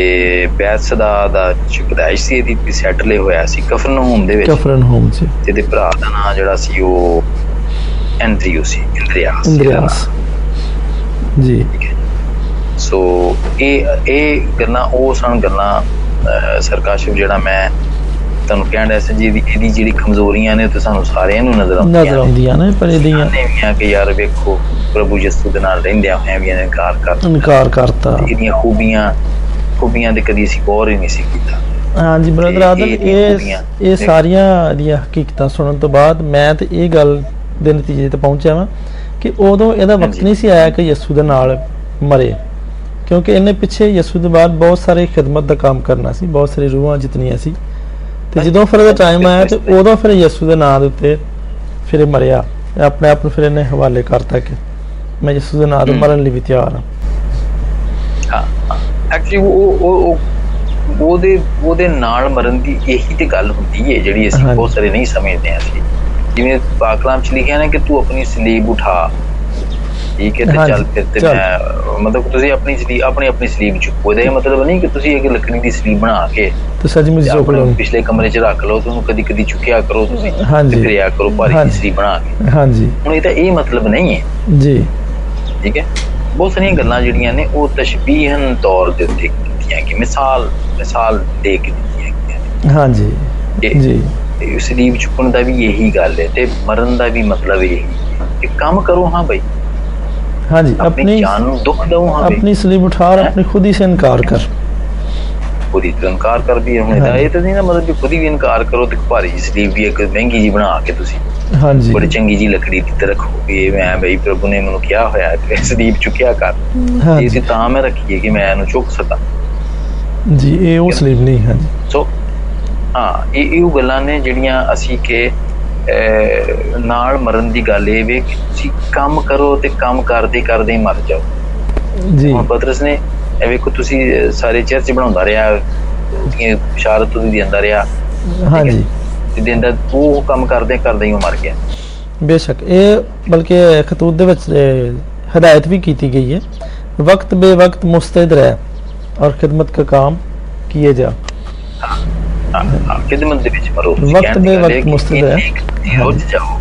Speaker 2: ਬੈਤਸਦਾ ਦਾ ਚੁਪਦਾਇਸ਼ ਸੀ ਇਹਦੀ ਤੇ ਸੈਟਲੇ ਹੋਇਆ ਸੀ ਕਫਰਨਹੂਮ ਦੇ ਵਿੱਚ
Speaker 1: ਕਫਰਨ ਹੋਮ ਚ
Speaker 2: ਤੇ ਇਹਦੇ ਭਰਾ ਦਾ ਨਾਂ ਜਿਹੜਾ ਸੀ ਉਹ ਐਂਡਰਿਊ ਸੀ ਇੰਦਰੀਆਸ ਸੀ ਇਹਦਾ
Speaker 1: ਇੰਦਰੀਆਸ ਜੀ
Speaker 2: ਨਾਂ। ਸੋ ਇਹ ਇਹ ਗੱਲਾਂ ਉਹ ਸਨ ਗੱਲਾਂ ਅਹ, ਸਰਕਾਸ਼ਿਵ ਜਿਹੜਾ ਮੈਂ ਤੁਹਾਨੂੰ ਕਹਿਣ ਰਿਹਾ ਸੀ ਜੀ ਇਹਦੀ- ਇਹਦੀ ਜਿਹੜੀ ਕਮਜ਼ੋਰੀਆਂ ਨੇ ਤੇ ਸਾਨੂੰ ਸਾਰਿਆਂ ਨੂੰ ਨਜ਼ਰ ਆਉਂਦੀਆਂ
Speaker 1: ਨਜ਼ਰ ਆਉਂਦੀਆਂ ਨੇ ਪਰ ਇਹਦੀਆਂ
Speaker 2: ਨੇ ਵੀ ਆ ਕਿ ਯਾਰ ਵੇਖੋ ਪ੍ਰਭੂ ਯਿਸੂ ਦੇ ਨਾਲ ਰਹਿੰਦਿਆਂ ਹੋਇਆਂ ਵੀ ਇਹਨੇ ਇਨਕਾਰ ਕਰ
Speaker 1: ਇਨਕਾਰ ਕਰਤਾ
Speaker 2: ਇਹਦੀਆਂ ਖੂਬੀਆਂ ਖੂਬੀਆਂ ਦੇ ਕਦੀ ਅਸੀਂ ਗੌਰ ਹੀ ਨਹੀਂ ਸੀ ਕੀਤਾ
Speaker 1: ਹਾਂਜੀ ਬ੍ਰਦਰ
Speaker 2: ਤੇ
Speaker 1: ਆਦਮ
Speaker 2: ਇਹਦੀਆਂ
Speaker 1: ਇਹ
Speaker 2: ਖੂਬੀਆਂ।
Speaker 1: ਇਹ
Speaker 2: ਤੇ-
Speaker 1: ਸਾਰੀਆਂ ਦੀਆਂ ਹਕੀਕਤਾਂ ਸੁਣਨ ਤੋਂ ਬਾਅਦ ਮੈਂ ਤੇ ਇਹ ਗੱਲ ਦੇ ਨਤੀਜੇ ਤੇ ਪਹੁੰਚਿਆ ਵਾਂ ਕਿ ਉਦੋਂ ਇਹਦਾ ਵਕਤ
Speaker 2: ਹਾਂਜੀ।
Speaker 1: ਨਹੀਂ ਸੀ ਆਇਆ ਕਿ ਯਿਸੂ ਦੇ ਨਾਲ ਮਰੇ ਕਿਉਂਕਿ ਇਹਨੇ ਪਿੱਛੇ ਯਿਸੂ ਦੇ ਬਾਅਦ ਬਹੁਤ ਸਾਰੇ ਖਿਦਮਤ ਦਾ ਕੰਮ ਕਰਨਾ ਸੀ ਬਹੁਤ ਸਾਰੇ ਰੂਹਾਂ ਜਿਤਨੀਆਂ ਸੀ ਤੇ ਜਦੋਂ ਫਿਰ ਇਹਦਾ ਟਾਈਮ ਆਇਆ ਤੇ ਉਦੋਂ ਫਿਰ ਯਿਸੂ ਦੇ ਨਾਂ ਦੇ ਉੱਤੇ ਫਿਰ ਇਹ ਮਰਿਆ ਇਹ ਆਪਣੇ ਆਪ ਨੂੰ ਫਿਰ ਇਹਨੇ ਹਵਾਲੇ ਕਰਤਾ ਕਿ ਮੈਂ ਯਿਸੂ ਦੇ ਨਾਂ ਤੇ
Speaker 2: ਹਮ।
Speaker 1: ਮਰਨ ਲਈ ਵੀ ਤਿਆਰ ਹਾਂ
Speaker 2: ਹਾਂ ਐਕਚੁਅਲੀ ਉਹ ਉਹ- ਉਹ ਉਹਦੇ ਉਹਦੇ ਨਾਲ ਮਰਨ ਦੀ ਇਹੀ ਤੇ ਗੱਲ ਹੁੰਦੀ ਹੈ ਜਿਹੜੀ ਅਸੀਂ
Speaker 1: ਹਾਂਜੀ।
Speaker 2: ਬਹੁਤ ਸਾਰੇ ਨਹੀਂ ਸਮਝਦੇ ਹਾਂ ਅਸੀਂ ਜਿਵੇਂ ਪਾਕਲਾਮ ਚ ਲਿਖਿਆ ਨਾ ਕਿ ਤੂੰ ਆਪਣੀ ਸਲੀਬ ਉਠਾ ਠੀਕ ਹੈ ਤੇ
Speaker 1: ਹਾਂਜੀ,
Speaker 2: ਚੱਲ ਫਿਰ ਤੇ
Speaker 1: ਚੱਲ।
Speaker 2: ਮੈਂ ਮਤਲਬ ਤੁਸੀਂ ਆਪਣੀ ਸਲੀਬ ਆਪਣੀ ਆਪਣੀ ਸਲੀਬ ਚੁੱਕੋ ਇਹਦਾ ਇਹ ਮਤਲਬ ਨਹੀਂ ਕਿ ਤੁਸੀਂ ਇੱਕ ਲੱਕੜੀ ਦੀ ਸਲੀਬ ਬਣਾ ਕੇ
Speaker 1: ਤੇ ਸੱਚਮੁੱਚ
Speaker 2: ਤੇ
Speaker 1: ਚੁੱਕ
Speaker 2: ਆਪਣੇ
Speaker 1: ਲਓ
Speaker 2: ਪਿਛਲੇ ਕਮਰੇ ਚ ਰੱਖ ਲਓ ਤੇ ਉਹਨੂੰ ਕਦੀ ਕਦੀ ਚੁੱਕਿਆ ਕਰੋ ਤੁਸੀਂ
Speaker 1: ਹਾਂਜੀ।
Speaker 2: ਤੇ ਫਿਰਿਆ ਕਰੋ ਭਾਰੀ ਜਿਹੀ
Speaker 1: ਹਾਂਜੀ।
Speaker 2: ਸਲੀਬ ਬਣਾ ਕੇ
Speaker 1: ਹਾਂਜੀ
Speaker 2: ਹੁਣ ਇਹਦਾ ਇਹ ਮਤਲਬ ਨਹੀਂ ਹੈ
Speaker 1: ਜੀ
Speaker 2: ਠੀਕ ਹੈ ਬਹੁਤ ਸਾਰੀਆਂ ਗੱਲਾਂ ਜਿਹੜੀਆਂ ਨੇ ਉਹ ਤਸ਼ਬੀਹਨ ਤੌਰ ਦੇ ਉੱਤੇ ਕੀਤੀਆਂ ਕਿ ਮਿਸਾਲ ਮਿਸਾਲ ਦੇ ਕੇ ਦਿੱਤੀਆਂ ਗਈਆਂ ਨੇ।
Speaker 1: ਹਾਂਜੀ
Speaker 2: ਤੇ-
Speaker 1: ਜੀ
Speaker 2: ਤੇ ਸਲੀਬ ਚੁੱਕਣ ਦਾ ਵੀ ਇਹੀ ਗੱਲ ਹੈ ਤੇ ਮਰਨ ਦਾ ਵੀ ਮਤਲਬ ਇਹੀ ਹੈ ਕਿ ਕੰਮ ਕਰੋ ਹਾਂ ਬਈ
Speaker 1: ਹਾਂਜੀ
Speaker 2: ਆਪਣੀ
Speaker 1: ਆਪਣੀ
Speaker 2: ਜਾਨ ਨੂੰ ਦੁੱਖ ਦਊ ਹਾਂ ਬਈ
Speaker 1: अपनी स्लीव उठा और
Speaker 2: हैं?
Speaker 1: अपनी खुद ही से इनकार कर
Speaker 2: ਪੂਰੀ ਤਰ੍ਹਾਂ ਇਨਕਾਰ ਕਰ ਵੀ ਹੁਣ
Speaker 1: हाँ
Speaker 2: ਇਹਦਾ ਇਹ ਤਾਂ ਨਹੀਂ ਨਾ ਮਤਲਬ ਕਿ ਖੁਦ ਹੀ ਵੀ ਇਨਕਾਰ ਕਰੋ ਤੇ ਭਾਰੀ ਜਿਹੀ ਸਲੀਬ ਵੀ ਇੱਕ ਮਹਿੰਗੀ ਜੀ ਬਣਾ ਕੇ ਤੁਸੀਂ
Speaker 1: हाँ जी
Speaker 2: ਬੜੀ ਚੰਗੀ ਜੀ ਲੱਕੜੀ ਦੀ ਤਰ੍ਹਾਂ ਰੱਖੋ ਵੀ ਇਹ ਮੈਂ ਬਈ ਪ੍ਰਭੂ ਨੇ ਮੈਨੂੰ ਕਿਹਾ ਹੋਇਆ ਹੈ ਤੇ ਸਲੀਬ ਚੁੱਕਿਆ ਕਰ
Speaker 1: हाँ
Speaker 2: ਇਹ
Speaker 1: जी
Speaker 2: ਤੇ ਤਾਂ ਮੈਂ ਰੱਖੀਏ ਕਿ ਮੈਂ ਇਹਨੂੰ ਚੁੱਕ ਸਕਾਂ
Speaker 1: जी ये वो स्लीव नहीं हाँ जी
Speaker 2: ਸੋ ਹਾਂ ਇਹ ਇਹ ਉਹ ਗੱਲਾਂ ਨੇ ਜਿਹੜੀਆਂ ਅਸੀਂ ਕਿ ਅਹ, ਨਾਲ ਮਰਨ ਦੀ ਗੱਲ ਇਹ ਵੀ ਕਿ ਤੁਸੀਂ ਕੰਮ ਕਰੋ ਤੇ ਕੰਮ ਕਰਦੇ ਕਰਦੇ ਹੀ ਮਰ ਜਾਓ
Speaker 1: ਜੀ
Speaker 2: ਹੁਣ ਪਤਰਸ ਨੇ ਇਹ ਵੇਖੋ ਤੁਸੀਂ ਅਹ, ਸਾਰੇ ਚਰਚ ਬਣਾਉਂਦਾ ਰਿਹਾ ਕਿ ਸ਼ਾਰਤ ਤੁਸੀਂ ਦਿੰਦਾ ਰਿਹਾ
Speaker 1: ਹਾਂਜੀ
Speaker 2: ਤੇ ਦਿੰਦਾ ਉਹ ਕੰਮ ਕਰਦੇ ਕਰਦੇ ਹੀ ਉਹ ਮਰ ਗਿਆ
Speaker 1: ਬੇਸ਼ੱਕ ਇਹ ਬਲਕਿ ਖਤੂਤ ਦੇ ਵਿੱਚ ਅਹ, ਹਦਾਇਤ ਵੀ ਕੀਤੀ ਗਈ ਹੈ ਵਕਤ ਬੇ ਵਕਤ ਮੁਸਤੈਦ ਰਹਿ ਔਰ ਖidmat का काम किए जा
Speaker 2: ਹਾਂ, ਖਿਦਮਤ ਦੇ ਵਿੱਚ ਮਰੋ ਤੁਸੀਂ
Speaker 1: ਵਕਤ
Speaker 2: ਕਹਿਣ ਦੀ
Speaker 1: ਬੇ
Speaker 2: ਗੱਲ ਇਹ
Speaker 1: ਵਕਤ
Speaker 2: ਕਿ
Speaker 1: ਮੁਸਤੈਦ ਹੈ।
Speaker 2: ਇੰਨੇ ਕੁ ਤੁਸੀਂ ਰੁੱਝ ਜਾਓ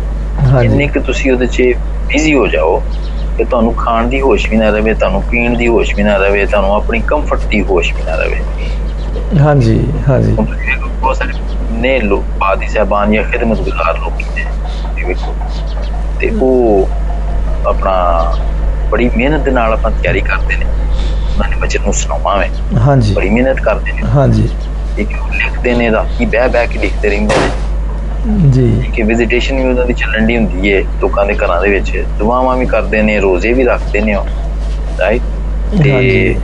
Speaker 1: ਹਾਂਜੀ
Speaker 2: ਇੰਨੇ ਕਿ ਤੁਸੀਂ ਉਹਦੇ 'ਚ ਬਿਜ਼ੀ ਹੋ ਜਾਓ ਕਿ ਤੁਹਾਨੂੰ ਖਾਣ ਦੀ ਹੋਸ਼ ਵੀ ਨਾ ਰਵੇ ਤੁਹਾਨੂੰ ਪੀਣ ਦੀ ਹੋਸ਼ ਵੀ ਨਾ ਰਵੇ ਤੁਹਾਨੂੰ ਆਪਣੀ ਕੰਫਰਟ ਦੀ ਹੋਸ਼ ਵੀ ਨਾ ਰਵੇ
Speaker 1: ਹਾਂਜੀ ਹਾਂਜੀ
Speaker 2: ਹੁਣ ਤੁਸੀਂ ਵੇਖੋ ਬਹੁਤ ਸਾਰੇ ਨੇ ਲੋਕ ਬਾਦੀ ਸਹਿਬਾਨ ਜਾਂ ਖਿਦਮਤਗੁਜ਼ਾਰ ਲੋਕ ਨੇ ਤੁਸੀਂ ਵੇਖੋ ਤੇ ਉਹ ਆਪਣਾ ਬੜੀ ਮਿਹਨਤ ਦੇ ਨਾਲ ਆਪਣਾ ਤਿਆਰੀ ਕਰਦੇ ਨੇ ਉਹਨਾਂ ਨੇ ਬੱਚੇ ਨੂੰ ਸੁਣਾਵਾਵੇਂ
Speaker 1: ਹਾਂਜੀ
Speaker 2: ਬੜੀ ਮਿਹਨਤ ਕਰਦੇ ਨੇ
Speaker 1: ਹਾਂਜੀ
Speaker 2: ਇੱਕ ਉਹ ਲਿਖਦੇ ਨੇ ਰਾਤੀ ਬਹਿ ਬਹਿ ਕੇ ਲਿਖਦੇ ਰਹਿੰਦੇ ਨੇ
Speaker 1: ਜੀ
Speaker 2: ਕਿ ਵਿਜ਼ਿਟੇਸ਼ਨ ਵੀ ਉਹਨਾਂ ਦੀ ਚੱਲਣ ਦੀ ਹੁੰਦੀ ਹੈ ਲੋਕਾਂ ਦੇ ਘਰਾਂ ਦੇ ਵਿੱਚ ਦੁਆਵਾਂ ਵੀ ਕਰਦੇ ਨੇ ਰੋਜ਼ੇ ਵੀ ਰੱਖਦੇ ਨੇ ਉਹ ਰਾਈਟ ਤੇ
Speaker 1: ਹਾਂਜੀ।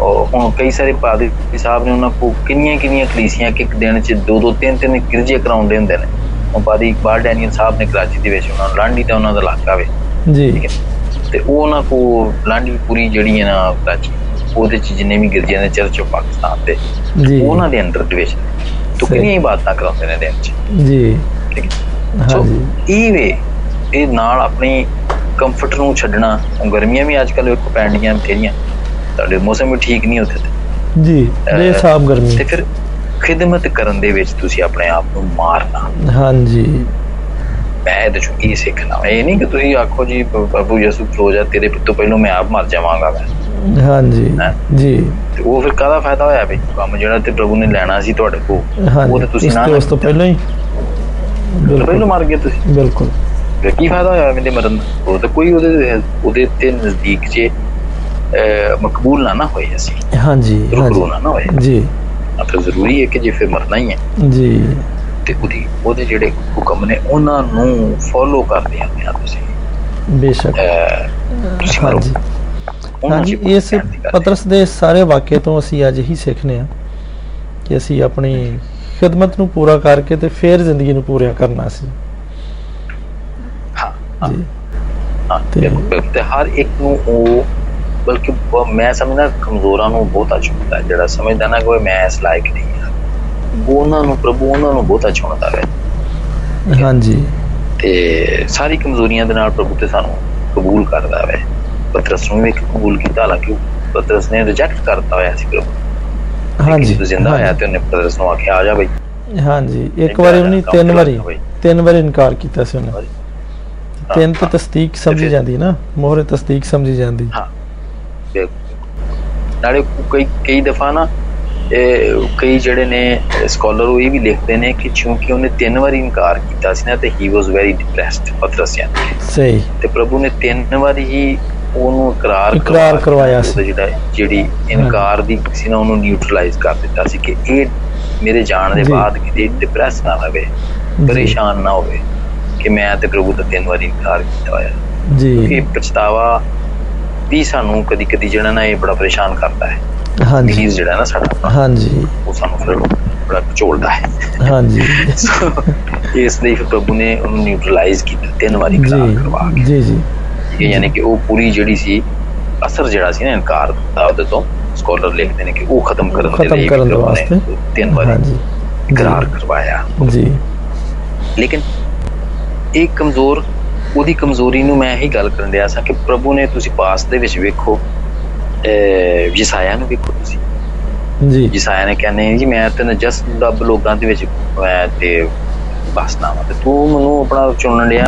Speaker 2: ਉਹ ਹੁਣ ਕਈ ਸਾਰੇ ਪਾਦਰੀ ਸਾਹਿਬ ਨੇ ਉਹਨਾਂ ਕੋ ਕਿੰਨੀਆਂ ਕਿੰਨੀਆਂ ਕਲੀਸੀਆਂ ਕਿ ਇੱਕ ਦਿਨ 'ਚ ਦੋ ਦੋ ਤਿੰਨ ਤਿੰਨ ਗਿਰਜੇ ਕਰਾਉਂਦੇ ਹੁੰਦੇ ਨੇ ਉਹ ਪਾਦਰੀ ਇਕਬਾਲ ਡੈਨੀਅਲ ਸਾਹਿਬ ਨੇ ਕਰਾਚੀ ਦੇ ਵਿੱਚ ਉਹਨਾਂ ਨੂੰ ਲਾਂਡੀ ਤਾਂ ਉਹਨਾਂ ਦਾ ਇਲਾਕਾ ਵੇ
Speaker 1: ਜੀ
Speaker 2: ਠੀਕ ਹੈ ਤੇ ਉਹ ਉਹਨਾਂ ਕੋ ਲਾਂਡੀ ਪੂਰੀ ਜਿਹੜੀ ਹੈ ਨਾ ਕਰਾਚੀ ਉਹਦੇ 'ਚ ਜਿੰਨੇ ਵੀ ਗਿਰਜੇ ਨੇ ਚਰਚ ਆਫ ਪਾਕਿਸਤਾਨ ਦੇ
Speaker 1: ਜੀ
Speaker 2: ਉਹਨਾਂ ਦੇ ਅੰਡਰ ਡਿਵੀਜ਼ਨ ਤੋਂ
Speaker 1: ਸਹੀ।
Speaker 2: ਕਿੰਨੀਆਂ ਇਬਾਦਤਾਂ ਕਰਾਉਂਦੇ ਨੇ ਦਿਨ 'ਚ
Speaker 1: ਜੀ
Speaker 2: ਠੀਕ ਹੈ ਸੋ
Speaker 1: ਹਾਂਜੀ
Speaker 2: ਇਹ ਵੇ ਇਹ ਨਾਲ ਆਪਣੀ ਕੰਫਰਟ ਨੂੰ ਛੱਡਣਾ ਹੁਣ ਗਰਮੀਆਂ ਵੀ ਅੱਜ ਕੱਲ੍ਹ ਵੇਖੋ ਪੈਣੀਆਂ ਬਥੇਰੀਆਂ ਤੁਹਾਡੇ ਮੌਸਮ ਵੀ ਠੀਕ ਨਹੀਂ ਉੱਥੇ ਤੇ।
Speaker 1: ਜੀ ਬੇਸਾਬ ਗਰਮੀ
Speaker 2: ਤੇ ਫਿਰ ਖਿਦਮਤ ਕਰਨ ਦੇ ਵਿੱਚ ਤੁਸੀਂ ਆਪਣੇ ਆਪ ਨੂੰ ਮਾਰਨਾ
Speaker 1: ਹਾਂਜੀ
Speaker 2: ਮੈਂ ਇਹਦੇ ਚੋਂ ਕੀ ਸਿੱਖਣਾ ਇਹ ਨਹੀਂ ਕਿ ਤੁਸੀਂ ਆਖੋ ਜੀ ਪ- ਪ੍ਰਭੂ ਯਿਸੂ ਰੋਜ਼ਾ ਤੇਰੇ ਤੋਂ ਪਹਿਲਾਂ ਮੈਂ ਆਪ ਮਰ ਜਾਵਾਂਗਾ ਮੈਂ
Speaker 1: ਹਾਂਜੀ
Speaker 2: ਹੈਂ?
Speaker 1: ਜੀ
Speaker 2: ਤੇ ਉਹ ਫਿਰ ਕਾਹਦਾ ਫਾਇਦਾ ਹੋਇਆ ਵੀ ਕੰਮ ਜਿਹੜਾ ਤੇ ਪ੍ਰਭੂ ਨੇ ਲੈਣਾ ਸੀ ਤੁਹਾਡੇ ਕੋਲ ਉਹ ਤੇ
Speaker 1: ਹਾਂਜੀ
Speaker 2: ਤੁਸੀਂ
Speaker 1: ਇਸ
Speaker 2: ਨਾ
Speaker 1: ਤੋਂ ਉਸ ਤੋਂ ਪਹਿਲਾਂ ਹੀ
Speaker 2: ਪਹਿਲਾਂ
Speaker 1: ਬਿਲਕੁਲ
Speaker 2: ਮਰ ਗਏ ਤੁਸੀਂ
Speaker 1: ਬਿਲਕੁਲ
Speaker 2: ਫਿਰ ਕੀ ਫਾਇਦਾ ਹੋਇਆ ਮੇਰੇ ਮਰਨ ਦਾ ਉਹ ਤਾਂ ਕੋਈ ਉਹਦੇ ਉਹਦੇ ਤੇ ਨਜ਼ਦੀਕ 'ਚ ਅਹ, ਮਕਬੂਲ ਨਾ ਨਾ ਹੋਏ ਅਸੀਂ
Speaker 1: ਹਾਂਜੀ
Speaker 2: ਰੁਕਰੂ
Speaker 1: ਹਾਂਜੀ
Speaker 2: ਨਾ ਨਾ ਹੋਏ
Speaker 1: ਜੀ
Speaker 2: ਮਤਲਬ ਜ਼ਰੂਰੀ ਹੈ ਕਿ ਜੇ ਫਿਰ ਮਰਨਾ ਹੀ ਹੈ
Speaker 1: ਜੀ
Speaker 2: ਤੇ ਉਹਦੀ ਉਹਦੇ ਜਿਹੜੇ ਹੁਕਮ ਨੇ ਉਹਨਾਂ ਨੂੰ ਫੋਲੋ ਕਰਦੇ ਆਉਂਦੇ ਆ ਤੁਸੀਂ
Speaker 1: ਬੇਸ਼ੱਕ
Speaker 2: ਅਹ, ਤੁਸੀਂ ਮਰੋ
Speaker 1: ਹਾਂਜੀ
Speaker 2: ਉਹਨਾਂ
Speaker 1: ਹਾਂਜੀ
Speaker 2: ਚ ਕੋਈ
Speaker 1: ਇਸ
Speaker 2: ਕਹਿਣ ਦੀ ਗੱਲ
Speaker 1: ਪਤਰਸ ਦੇ ਸਾਰੇ ਵਾਕਿਏ ਤੋਂ ਅਸੀਂ ਅੱਜ ਹੀ ਸਿੱਖਨੇ ਆ ਕਿ ਅਸੀਂ ਆਪਣੀ ਖਿਦਮਤ ਨੂੰ ਪੂਰਾ ਕਰਕੇ ਤੇ ਫਿਰ ਜ਼ਿੰਦਗੀ ਨੂੰ ਪੂਰਾ ਕਰਨਾ ਸੀ
Speaker 2: ਨਹੀਂ। ਹਾਂ
Speaker 1: ਜੀ
Speaker 2: ਹਾਂ
Speaker 1: ਤੇ-
Speaker 2: ਬਿਲਕੁਲ, ਬਿਲਕੁਲ। ਤੇ ਹਰ ਇੱਕ ਨੂੰ ਉਹ ਬਲਕਿ ਬ- ਮੈਂ ਸਮਝਦਾ ਕਮਜ਼ੋਰਾਂ ਨੂੰ ਬਹੁਤਾ ਚੁਣਦਾ ਹੈ, ਜਿਹੜਾ ਸਮਝਦਾ ਨਾ ਕਿ ਮੈਂ ਇਸ ਲਾਇਕ ਨਹੀਂ ਹਾਂ ਉਹਨਾਂ ਨੂੰ ਪ੍ਰਭੂ ਉਹਨਾਂ ਨੂੰ ਬਹੁਤਾ ਚੁਣਦਾ ਹੈ
Speaker 1: ਹਾਂਜੀ
Speaker 2: ਤੇ ਸਾਰੀ ਕਮਜ਼ੋਰੀਆਂ ਦੇ ਨਾਲ ਪ੍ਰਭੂ ਤੇ ਸਾਨੂੰ ਕਬੂਲ ਕਰਦਾ ਹੈ ਪਤਰਸ ਨੂੰ ਵੀ ਕਬੂਲ ਕੀਤਾ ਹਾਲਾਂਕਿ ਉਹ ਪਤਰਸ ਨੇ ਰਿਜੈਕਟ ਕਰਤਾ ਹੋਇਆ ਸੀ ਪ੍ਰਭੂ
Speaker 1: ਹਾਂਜੀ
Speaker 2: ਜਦੋਂ ਜ਼ਿੰਦਾ ਹੋਇਆ ਤੇ ਉਹਨੇ ਪਤਰਸ ਨੂੰ ਆਖਿਆ ਆ ਜਾ ਬਈ
Speaker 1: ਹਾਂਜੀ ਇੱਕ
Speaker 2: ਨਹੀਂ
Speaker 1: ਵਾਰੀ
Speaker 2: ਜਾ
Speaker 1: ਉਹਨੇ
Speaker 2: ਰਿਹਾ,
Speaker 1: ਤਿੰਨ
Speaker 2: ਕੰਮ
Speaker 1: ਵਾਰੀ
Speaker 2: ਕਰਨਾ ਬਈ।
Speaker 1: ਤਿੰਨ ਵਾਰੀ ਇਨਕਾਰ ਕੀਤਾ ਸੀ ਉਹਨੇ
Speaker 2: ਵਾਰੀ।
Speaker 1: ਤਿੰਨ ਤੇ
Speaker 2: ਹਾਂ,
Speaker 1: ਤਸਦੀਕ ਸਮਝੀ
Speaker 2: ਫਿਰ-
Speaker 1: ਜਾਂਦੀ ਨਾ ਮੋਹਰੇ ਤਸਦੀਕ ਸਮਝੀ ਜਾਂਦੀ
Speaker 2: ਹਾਂ ਤੇ ਨਾਲੇ ਕਈ ਕਈ ਦਫਾ ਨਾ ਇਹ ਕਈ ਜਿਹੜੇ ਨੇ ਸਕਾਲਰ ਉਹ ਇਹ ਵੀ ਲਿਖਦੇ ਨੇ ਕਿ ਕਿਉਂਕਿ ਉਹਨੇ ਤਿੰਨ ਵਾਰੀ ਇਨਕਾਰ ਕੀਤਾ ਸੀ ਨਾ ਤੇ he was very depressed Patras ਯਾਨੀ ਕਿ।
Speaker 1: ਸਹੀ
Speaker 2: ਤੇ ਪ੍ਰਭੂ ਨੇ ਤਿੰਨ ਵਾਰੀ ਹੀ ਉਹਨੂੰ ਇਕਰਾਰ
Speaker 1: ਇਕਰਾਰ
Speaker 2: ਕਰਵਾ ਕੇ
Speaker 1: ਕਰਵਾਇਆ
Speaker 2: ਉਹਦਾ
Speaker 1: ਸੀ।
Speaker 2: ਜਿਹੜਾ ਜਿਹੜੀ ਇਨਕਾਰ ਦੀ ਸੀ ਨਾ ਉਹਨੂੰ ਨਿਊਟਰਲਾਈਜ਼ ਕਰ ਦਿੱਤਾ ਸੀ ਕਿ ਇਹ ਮੇਰੇ ਜਾਣ ਦੇ
Speaker 1: ਜੀ।
Speaker 2: ਬਾਅਦ ਕਿਤੇ ਡਿਪਰੈਸ ਨਾ ਹੋਵੇ ਪਰੇਸ਼ਾਨ ਨਾ ਹੋਵੇ ਕਿ ਮੈਂ ਤੇ ਪ੍ਰਭੂ ਦਾ ਤਿੰਨ ਵਾਰੀ ਇਨਕਾਰ ਕੀਤਾ ਹੋਇਆ
Speaker 1: ਜੀ
Speaker 2: ਇਹ ਪਛਤਾਵਾ ਵੀ ਸਾਨੂੰ ਕਦੀ ਕਦੀ ਜਿਹੜਾ ਨਾ ਇਹ ਬੜਾ ਪਰੇਸ਼ਾਨ ਕਰਦਾ ਹੈ
Speaker 1: ਹਾਂਜੀ
Speaker 2: ਰਿਲੀਜ਼ ਜਿਹੜਾ ਨਾ ਸਾਡਾ
Speaker 1: ਹਾਂਜੀ
Speaker 2: ਉਹ ਸਾਨੂੰ ਫਿਰ ਬੜਾ ਝੋਲਦਾ ਹੈ
Speaker 1: ਹਾਂਜੀ
Speaker 2: ਸੋ ਇਸ ਲਈ ਫਿਰ ਪ੍ਰਭੂ ਨੇ ਉਹਨੂੰ ਨਿਊਟਰਲਾਈਜ਼ ਕੀਤਾ ਤਿੰਨ ਵਾਰੀ ਇਕਰਾਰ ਕਰਵਾ
Speaker 1: ਜੀ ਜੀ ਜੀ
Speaker 2: ਕੇ ਯਾਨੀ ਕਿ ਉਹ ਪੂਰੀ ਜਿਹੜੀ ਸੀ ਅਸਰ ਜਿਹੜਾ ਸੀ ਨਾ ਇਨਕਾਰ ਦਾ ਉਹਦੇ ਤੋਂ ਸਕਾਲਰ ਲਿਖਦੇ ਨੇ ਕਿ ਉਹ ਖਤਮ ਕਰਨ ਦੇ
Speaker 1: ਖਤਮ
Speaker 2: ਲਈ ਵੀ
Speaker 1: ਕਰਨ ਦੇ
Speaker 2: ਪ੍ਰਭੂ ਨੇ
Speaker 1: ਵਾਸਤੇ।
Speaker 2: ਤਿੰਨ ਵਾਰੀ
Speaker 1: ਹਾਂਜੀ
Speaker 2: ਇਕਰਾਰ ਕਰਵਾਇਆ
Speaker 1: ਜੀ
Speaker 2: ਲੇਕਿਨ ਇਹ ਕਮਜ਼ੋਰ ਉਹਦੀ ਕਮਜ਼ੋਰੀ ਨੂੰ ਮੈਂ ਇਹੀ ਗੱਲ ਕਰਨ ਦਿਆ ਸਾਂ ਕਿ ਪ੍ਰਭੂ ਨੇ ਤੁਸੀਂ ਪਾਸ ਦੇ ਵਿੱਚ ਵੇਖੋ ਅਹ ਯਸਾਇਆ ਨੂੰ ਵੇਖੋ ਤੁਸੀਂ
Speaker 1: ਜੀ
Speaker 2: ਯਸਾਇਆ ਨੇ ਕਹਿੰਦੇ ਜੀ ਮੈਂ ਤੇ ਨਜਸ ਰੱਬ ਲੋਕਾਂ ਦੇ ਵਿੱਚ ਮੈਂ ਤੇ ਬਸਨਾ ਵਾਂ ਤੇ ਤੂੰ ਮੈਨੂੰ ਆਪਣਾ ਚੁਣਨ ਲਿਆ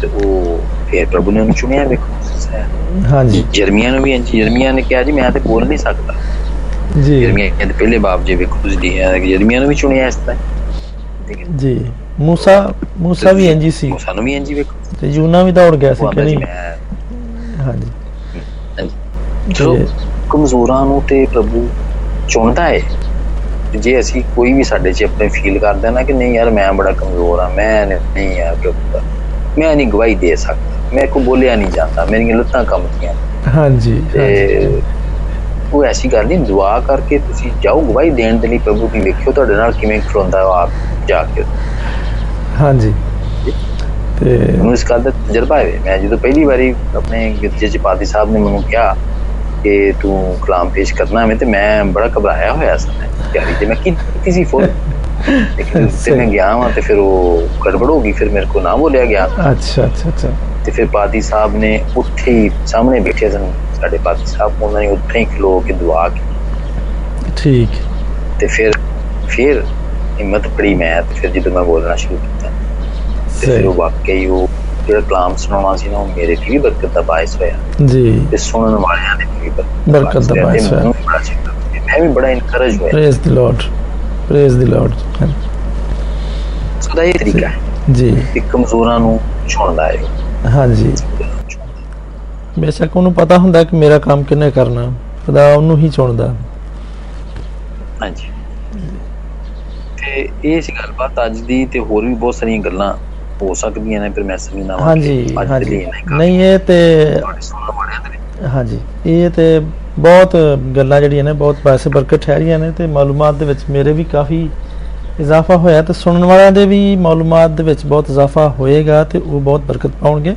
Speaker 2: ਤੇ ਉਹ ਫਿਰ ਪ੍ਰਭੂ ਨੇ ਉਹਨੂੰ ਚੁਣਿਆ ਵੇਖੋ ਯਸਾਇਆ ਨੂੰ।
Speaker 1: ਹਾਂਜੀ
Speaker 2: ਜਰਮੀਆਂ ਨੂੰ ਵੀ ਇੰਜ ਜਰਮੀਆਂ ਨੇ ਕਿਹਾ ਜੀ ਮੈਂ ਤੇ ਬੋਲ ਨਹੀਂ ਸਕਦਾ
Speaker 1: ਜੀ
Speaker 2: ਜਰਮੀਆਂ ਕਹਿੰਦੇ ਪਹਿਲੇ ਬਾਪ ਜੇ ਵੇਖੋ ਤੁਸੀਂ ਲਿਖਿਆ ਹੈ ਕਿ ਜਰਮੀਆਂ ਨੂੰ ਵੀ ਚੁਣਿਆ ਇਸ ਤਰ੍ਹਾਂ ਠੀਕ ਹੈ
Speaker 1: ਜੀ موسی موسی ਵੀ ਇੰਜੀ ਸੀ
Speaker 2: ਮੂਸਾ ਨੂੰ ਵੀ ਇੰਜ ਹੀ ਵੇਖੋ
Speaker 1: ਤੇ ਯੂਨਾ ਵੀ ਦੌੜ ਗਿਆ ਸੀ
Speaker 2: ਉਹ
Speaker 1: ਕਿ
Speaker 2: ਆਂਦਾ ਜੀ
Speaker 1: ਨਹੀਂ
Speaker 2: ਮੈਂ
Speaker 1: ਹਾਂਜੀ
Speaker 2: ਸੋ
Speaker 1: ਤੇ-
Speaker 2: ਕਮਜ਼ੋਰਾਂ ਨੂੰ ਤੇ ਪ੍ਰਭੂ ਚੁਣਦਾ ਹੈ ਤੇ ਜੇ ਅਸੀਂ ਕੋਈ ਵੀ ਸਾਡੇ 'ਚ ਆਪਣੇ ਫੀਲ ਕਰਦੇ ਹਾਂ ਨਾ ਕਿ ਨਹੀਂ ਯਾਰ ਮੈਂ ਬੜਾ ਕਮਜ਼ੋਰ ਆ ਮੈਂ ਨਹੀਂ- ਨਹੀਂ ਯਾਰ ਪ੍ਰਭੂ ਦਾ ਮੈਂ ਨਹੀਂ ਗਵਾਹੀ ਦੇ ਸਕਦਾ ਮੇਰੇ ਕੋ ਬੋਲਿਆ ਨਹੀਂ ਜਾਂਦਾ ਮੇਰੀਆਂ ਲੱਤਾਂ ਕੰਬਦੀਆਂ
Speaker 1: ਹਾਂਜੀ
Speaker 2: ਤੇ ਉਹ ਐਸੀ ਗੱਲ ਨਹੀਂ ਦੁਆ ਕਰਕੇ ਤੁਸੀਂ ਜਾਓ ਗਵਾਹੀ ਦੇਣ ਦੇ ਲਈ ਪ੍ਰਭੂ ਦੀ ਵੇਖਿਓ ਤੁਹਾਡੇ ਨਾਲ ਕਿਵੇਂ ਖੜੋਂਦਾ ਉਹ ਆਪ ਜਾ ਕੇ
Speaker 1: ਹਾਂਜੀ ਤੇ
Speaker 2: ਮੈਨੂੰ ਇਸ ਗੱਲ ਦਾ ਤਜਰਬਾ ਹੈ ਮੈਂ ਜਦੋਂ ਪਹਿਲੀ ਵਾਰੀ ਆਪਣੇ ਗਿਰਜੇ ਚ ਪਾਦੀ ਸਾਹਿਬ ਨੇ ਮੈਨੂੰ ਕਿਹਾ ਕਿ ਤੂੰ ਕਲਾਮ ਪੇਸ਼ ਕਰਨਾ ਹੈ ਤੇ ਮੈਂ ਬੜਾ ਘਬਰਾਇਆ ਹੋਇਆ ਸੀ ਮੈਂ ਤਿਆਰੀ ਤੇ ਮੈਂ ਕੀਤੀ ਸੀ ਫੋਨ ਲੇਕਿਨ ਤੇ ਮੈਂ ਗਿਆ ਵਾਂ ਤੇ ਫਿਰ ਉਹ ਗੜਬੜ ਹੋ ਗਈ ਫਿਰ ਮੇਰੇ ਕੋ ਨਾ ਬੋਲਿਆ ਗਿਆ
Speaker 1: ਅੱਛਾ ਅੱਛਾ ਅੱਛਾ
Speaker 2: ਤੇ ਫਿਰ ਪਾਦੀ ਸਾਹਿਬ ਨੇ ਉੱਥੇ ਹੀ ਸਾਹਮਣੇ ਬੈਠੇ ਸਨ ਸਾਡੇ ਪਾਦੀ ਸਾਹਿਬ ਉਹਨਾਂ ਨੇ ਉੱਥੇ ਹੀ ਖਲੋ ਕੇ ਦੁਆ ਕੀਤੀ
Speaker 1: ਠੀਕ ਹੈ।
Speaker 2: ਤੇ ਫਿਰ ਫਿਰ ਹਿੰਮਤ ਪੜੀ ਮੈਂ ਤੇ ਫਿਰ ਜਦੋਂ ਮੈਂ ਬੋਲਣਾ ਸ਼ੁਰੂ ਕੀਤਾ ਤੇ ਫਿਰ ਉਹ
Speaker 1: ਸਹੀ
Speaker 2: ਵਾਕਈ ਉਹ ਜਿਹੜਾ ਕਲਾਮ ਸੁਣਾਉਣਾ ਸੀ ਨਾ ਉਹ ਮੇਰੇ ਲਈ ਵੀ ਬਰਕਤ ਦਾ ਬਾਇਸ ਹੋਇਆ
Speaker 1: ਜੀ
Speaker 2: ਤੇ ਸੁਣਨ ਵਾਲਿਆਂ ਦੇ ਲਈ ਵੀ ਬਰਕਤ
Speaker 1: ਬਰਕਤ ਦਾ
Speaker 2: ਹੋਇਆ ਤੇ
Speaker 1: ਬਾਇਸ ਹੋਇਆ।
Speaker 2: ਮੈਨੂੰ ਵੀ ਬੜਾ ਚੰਗਾ ਲੱਗਿਆ। ਮੈਂ ਵੀ ਬੜਾ ਇਨਕਰੇਜ ਹੋਇਆ
Speaker 1: praise the lord praise the lord
Speaker 2: ਸਦਾ ਇਹ ਤਰੀਕਾ ਹੈ
Speaker 1: ਜੀ
Speaker 2: ਕਿ ਕਮਜ਼ੋਰਾਂ ਨੂੰ ਛੁਣਦਾ ਹੈ
Speaker 1: ਹਾਂਜੀ ਬੇਸ਼ੱਕ ਉਹਨੂੰ ਪਤਾ ਹੁੰਦਾ ਕਿ ਮੇਰਾ ਕੰਮ ਕਿੰਨੇ ਕਰਨਾ ਖੁਦਾ ਉਹਨੂੰ ਹੀ ਚੁਣਦਾ
Speaker 2: ਹਾਂਜੀ ਤੇ ਇਹ ਸੀ ਗੱਲਬਾਤ ਅੱਜ ਦੀ ਤੇ ਹੋਰ ਵੀ ਬਹੁਤ ਸਾਰੀਆਂ ਗੱਲਾਂ ਹੋ ਸਕਦੀਆਂ ਨੇ ਪਰ ਮੈਂ ਸਮਝਦਾ ਹਾਂ
Speaker 1: ਹਾਂਜੀ
Speaker 2: ਅੱਜ ਦੇ
Speaker 1: ਹਾਂਜੀ
Speaker 2: ਲਈ ਇੰਨਾ ਹੀ
Speaker 1: ਨਹੀਂ ਇਹ ਤੇ
Speaker 2: ਤੁਹਾਡੇ ਸੁਣਨ ਵਾਲਿਆਂ ਦੇ ਲਈ।
Speaker 1: ਹਾਂਜੀ ਇਹ ਤੇ ਬਹੁਤ ਗੱਲਾਂ ਜਿਹੜੀਆਂ ਨੇ ਬਹੁਤ ਬਾਇਸ ਬਰਕਤ ਠਹਿਰੀਆਂ ਨੇ ਤੇ ਮਾਲੂਮਾਤ ਦੇ ਵਿੱਚ ਮੇਰੇ ਵੀ ਕਾਫੀ ਇਜ਼ਾਫਾ ਹੋਇਆ ਤੇ ਸੁਣਨ ਵਾਲਿਆਂ ਦੇ ਵੀ ਮਾਲੂਮਾਤ ਦੇ ਵਿੱਚ ਬਹੁਤ ਇਜ਼ਾਫਾ ਹੋਏਗਾ ਤੇ ਉਹ ਬਹੁਤ ਬਰਕਤ ਪਾਉਣਗੇ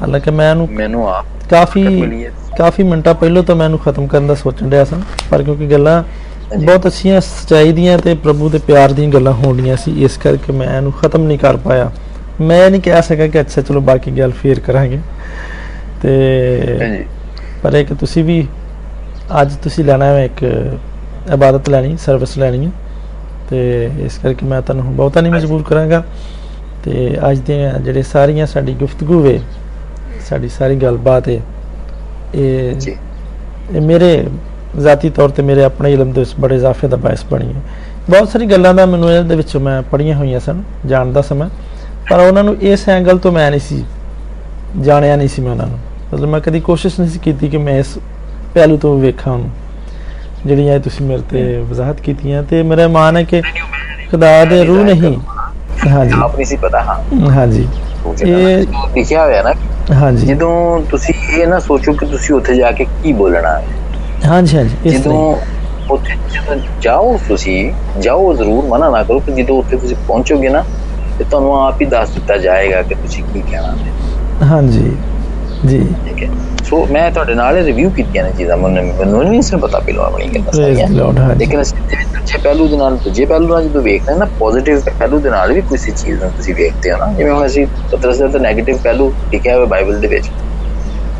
Speaker 1: ਹਾਲਾਂਕਿ ਮੈਂ ਇਹਨੂੰ
Speaker 2: ਮੈਨੂੰ ਆਪ
Speaker 1: ਕਾਫੀ
Speaker 2: ਬਰਕਤ ਮਿਲੀ ਹੈ।
Speaker 1: ਕਾਫੀ ਮਿੰਟਾਂ ਪਹਿਲਾਂ ਤਾਂ ਮੈਂ ਇਹਨੂੰ ਖਤਮ ਕਰਨ ਦਾ ਸੋਚਣ ਡਿਆ ਸਾਂ ਪਰ ਕਿਉਂਕਿ ਗੱਲਾਂ
Speaker 2: ਹਾਂਜੀ।
Speaker 1: ਬਹੁਤ ਅੱਛੀਆਂ ਸਚਾਈ ਦੀਆਂ ਤੇ ਪ੍ਰਭੂ ਦੇ ਪਿਆਰ ਦੀਆਂ ਗੱਲਾਂ ਹੋਣੀਆਂ ਸੀ ਇਸ ਕਰਕੇ ਮੈਂ ਇਹਨੂੰ ਖਤਮ ਨਹੀਂ ਕਰ ਪਾਇਆ ਮੈਂ ਇਹ ਨਹੀਂ ਕਹਿ ਸਕਿਆ ਕਿ ਅੱਛਾ ਚਲੋ ਬਾਕੀ ਗੱਲ ਫੇਰ ਕਰਾਂਗੇ ਤੇ
Speaker 2: ਹਾਂਜੀ
Speaker 1: ਪਰ ਇੱਕ ਤੁਸੀਂ ਵੀ ਅੱਜ ਤੁਸੀਂ ਲੈਣਾ ਹੈ ਇੱਕ ਇਬਾਦਤ ਲੈਣੀ ਸਰਵਿਸ ਲੈਣੀ ਹੈ ਤੇ ਇਸ ਕਰਕੇ ਮੈਂ ਤੁਹਾਨੂੰ ਬਹੁਤਾ ਨਹੀਂ ਮਜਬੂਰ ਕਰਾਂਗਾ ਤੇ ਅੱਜ ਦੇ ਜਿਹੜੇ ਸਾਰੀਆਂ ਸਾਡੀ ਗੁਫ਼ਤਗੂ ਵੇ ਸਾਡੀ ਸਾਰੀ ਗੱਲਬਾਤ ਹੈ ਇਹ
Speaker 2: ਜੀ
Speaker 1: ਇਹ ਮੇਰੇ ذاتی ਤੌਰ ਤੇ ਮੇਰੇ ਆਪਣੇ ਇਲਮ ਦੇ ਵਿੱਚ ਬੜੇ ਇਜ਼ਾਫੇ ਦਾ ਬਾਇਸ ਬਣੀ ਹੈ ਬਹੁਤ ਸਾਰੀ ਗੱਲਾਂ ਦਾ ਮੈਨੂੰ ਇਹਦੇ ਵਿੱਚੋਂ ਮੈਂ ਪੜ੍ਹੀਆਂ ਹੋਈਆਂ ਸਨ ਜਾਣਦਾ ਸਮਾਂ ਪਰ ਉਹਨਾਂ ਨੂੰ ਇਸ ਐਂਗਲ ਤੋਂ ਮੈਂ ਨਹੀਂ ਸੀ ਜਾਣਿਆ ਨਹੀਂ ਸੀ ਮੈਂ ਉਹਨਾਂ ਨੂੰ ਮਤਲਬ ਮੈਂ ਕਦੀ ਕੋਸ਼ਿਸ਼ ਨਹੀਂ ਸੀ ਕੀਤੀ ਕਿ ਮੈਂ ਇਸ ਪਹਿਲੂ ਤੋਂ ਵੇਖਾਂ ਉਹਨੂੰ ਜਿਹੜੀਆਂ ਇਹ ਤੁਸੀਂ ਮੇਰੇ ਤੇ ਵਜ਼ਾਹਤ ਕੀਤੀਆਂ ਤੇ ਮੇਰਾ ਮਾਨ ਹੈ ਕਿ ਖੁਦਾ ਦੇ ਰੂਹ ਨਹੀਂ ਹਾਂਜੀ
Speaker 2: ਆਪ ਨਹੀਂ ਸੀ ਪਤਾ ਹਾਂ
Speaker 1: ਹਾਂਜੀ
Speaker 2: ਉਹ ਜਿਹੜਾ
Speaker 1: ਇਹ-
Speaker 2: ਨਾ ਲਿਖਿਆ ਹੋਇਆ ਨਾ
Speaker 1: ਹਾਂਜੀ
Speaker 2: ਜਦੋਂ ਤੁਸੀਂ ਇਹ ਨਾ ਸੋਚੋ ਕਿ ਤੁਸੀਂ ਉੱਥੇ ਜਾ ਕੇ ਕੀ ਬੋਲਣਾ ਹੈ
Speaker 1: ਹਾਂਜੀ ਹਾਂਜੀ ਇਸ
Speaker 2: ਜਦੋਂ
Speaker 1: ਤਰ੍ਹਾਂ
Speaker 2: ਉੱਥੇ ਜਦੋਂ ਜਾਓ ਤੁਸੀਂ ਜਾਓ ਜ਼ਰੂਰ ਮਨਾ ਨਾ ਕਰੋ ਕਿ ਜਦੋਂ ਉੱਥੇ ਤੁਸੀਂ ਪਹੁੰਚੋਗੇ ਨਾ ਤੇ ਤੁਹਾਨੂੰ ਆਪ ਹੀ ਦੱਸ ਦਿੱਤਾ ਜਾਏਗਾ ਕਿ ਤੁਸੀਂ ਕੀ ਕਹਿਣਾ ਹੈ
Speaker 1: ਹੀ। ਹਾਂਜੀ ਜੀ
Speaker 2: ਠੀਕ ਹੈ ਸੋ ਮੈਂ ਤੁਹਾਡੇ ਨਾਲ ਰਿਵਿਊ ਕੀਤੀਆਂ ਨੇ ਚੀਜ਼ਾਂ ਮੈਨੂੰ ਮੈਨੂੰ ਨਹੀਂ ਸੀ ਪਤਾ ਪਹਿਲਾਂ ਆਪਣੀ ਗੱਲਾਂ
Speaker 1: ਪ੍ਰੇਜ਼
Speaker 2: ਸਾਰੀਆਂ
Speaker 1: ਲਾਰਡ ਹਾਂਜੀ
Speaker 2: ਲੇਕਿਨ ਅਸੀਂ ਜਿਹੜੇ ਦੂਜੇ ਪਹਿਲੂ ਦੇ ਨਾਲ ਦੂਜੇ ਪਹਿਲੂ ਨਾਲ ਜਦੋਂ ਵੇਖਦੇ ਹਾਂ ਨਾ ਪੋਜ਼ਿਟਿਵ ਪਹਿਲੂ ਦੇ ਨਾਲ ਵੀ ਕੋਈ ਸੀ ਚੀਜ਼ ਨੂੰ ਤੁਸੀਂ ਵੇਖਦੇ ਹੋ ਨਾ ਜਿਵੇਂ ਹੁਣ ਅਸੀਂ ਪਤਰਸ ਦਾ ਤਾਂ 네ਗੇਟਿਵ ਪਹਿਲੂ ਲਿਖਿਆ ਹੋਇਆ ਬਾਈਬਲ ਦੇ ਵਿੱਚ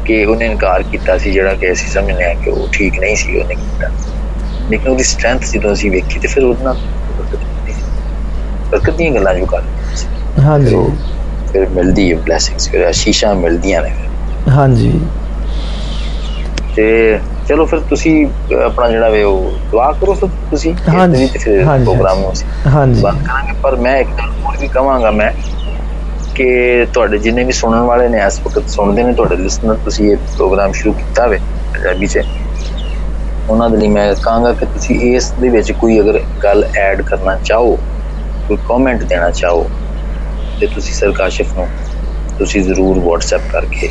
Speaker 2: ਕਿ ਉਹਨੇ ਇਨਕਾਰ ਕੀਤਾ ਸੀ ਜਿਹੜਾ ਕਿ ਅਸੀਂ ਸਮਝਦੇ ਹਾਂ ਕਿ ਉਹ ਠੀਕ ਨਹੀਂ ਸੀ ਉਹਨੇ ਕੀਤਾ ਲੇਕਿਨ ਉਹਦੀ ਸਟਰੈਂਥ ਜਦੋਂ ਅਸੀਂ ਵੇਖੀ ਤੇ ਫਿਰ ਉਹਦੇ ਨਾਲ ਬਰਕਤ ਮਿਲਦੀ ਹੈ। ਬਰਕਤ ਦੀਆਂ ਗੱਲਾਂ ਜੋ ਕਰਦੇ ਸੀ
Speaker 1: ਹਾਂਜੀ
Speaker 2: ਫਿਰ ਉਹ- ਫਿਰ ਮਿਲਦੀ ਹੈ ਬਲੇਸਿੰਗਸ ਫਿਰ ਆਸ਼ੀਸ਼ਾਂ ਮਿਲਦੀਆਂ ਨੇ ਫਿਰ।
Speaker 1: ਹਾਂਜੀ
Speaker 2: ਤੇ ਚਲੋ ਫਿਰ ਤੁਸੀਂ ਅਹ, ਆਪਣਾ ਜਿਹੜਾ ਵੇ ਉਹ ਦੁਆ ਕਰੋ ਫਿਰ ਤੁਸੀਂ ਇਸ ਦੇ
Speaker 1: ਹਾਂਜੀ,
Speaker 2: ਵਿੱਚ ਫਿਰ
Speaker 1: ਹਾਂਜੀ,
Speaker 2: ਪ੍ਰੋਗਰਾਮ ਨੂੰ ਅਸੀਂ
Speaker 1: ਹਾਂਜੀ
Speaker 2: ਬਾਤ ਕਰਾਂਗੇ ਪਰ ਮੈਂ ਇੱਕ ਗੱਲ ਹੋਰ ਵੀ ਕਵਾਂਗਾ ਮੈਂ ਕਿ ਤੁਹਾਡੇ ਜਿੰਨੇ ਵੀ ਸੁਣਨ ਵਾਲੇ ਨੇ ਇਸ ਵਕਤ ਸੁਣਦੇ ਨੇ ਤੁਹਾਡੇ ਲਿਸਨਰ ਤੁਸੀਂ ਇਹ ਪ੍ਰੋਗਰਾਮ ਸ਼ੁਰੂ ਕੀਤਾ ਹੋਵੇ ਪੰਜਾਬੀ 'ਚ ਉਹਨਾਂ ਦੇ ਲਈ ਮੈਂ ਕਹਾਂਗਾ ਕਿ ਤੁਸੀਂ ਇਸ ਦੇ ਵਿੱਚ ਕੋਈ ਅਗਰ ਗੱਲ ਐਡ ਕਰਨਾ ਚਾਹੋ ਕੋਈ ਕਮੈਂਟ ਦੇਣਾ ਚਾਹੋ ਤੇ ਤੁਸੀਂ ਸਰ ਕਾਸ਼ਿਫ ਨੂੰ ਤੁਸੀਂ ਜ਼ਰੂਰ WhatsApp ਕਰਕੇ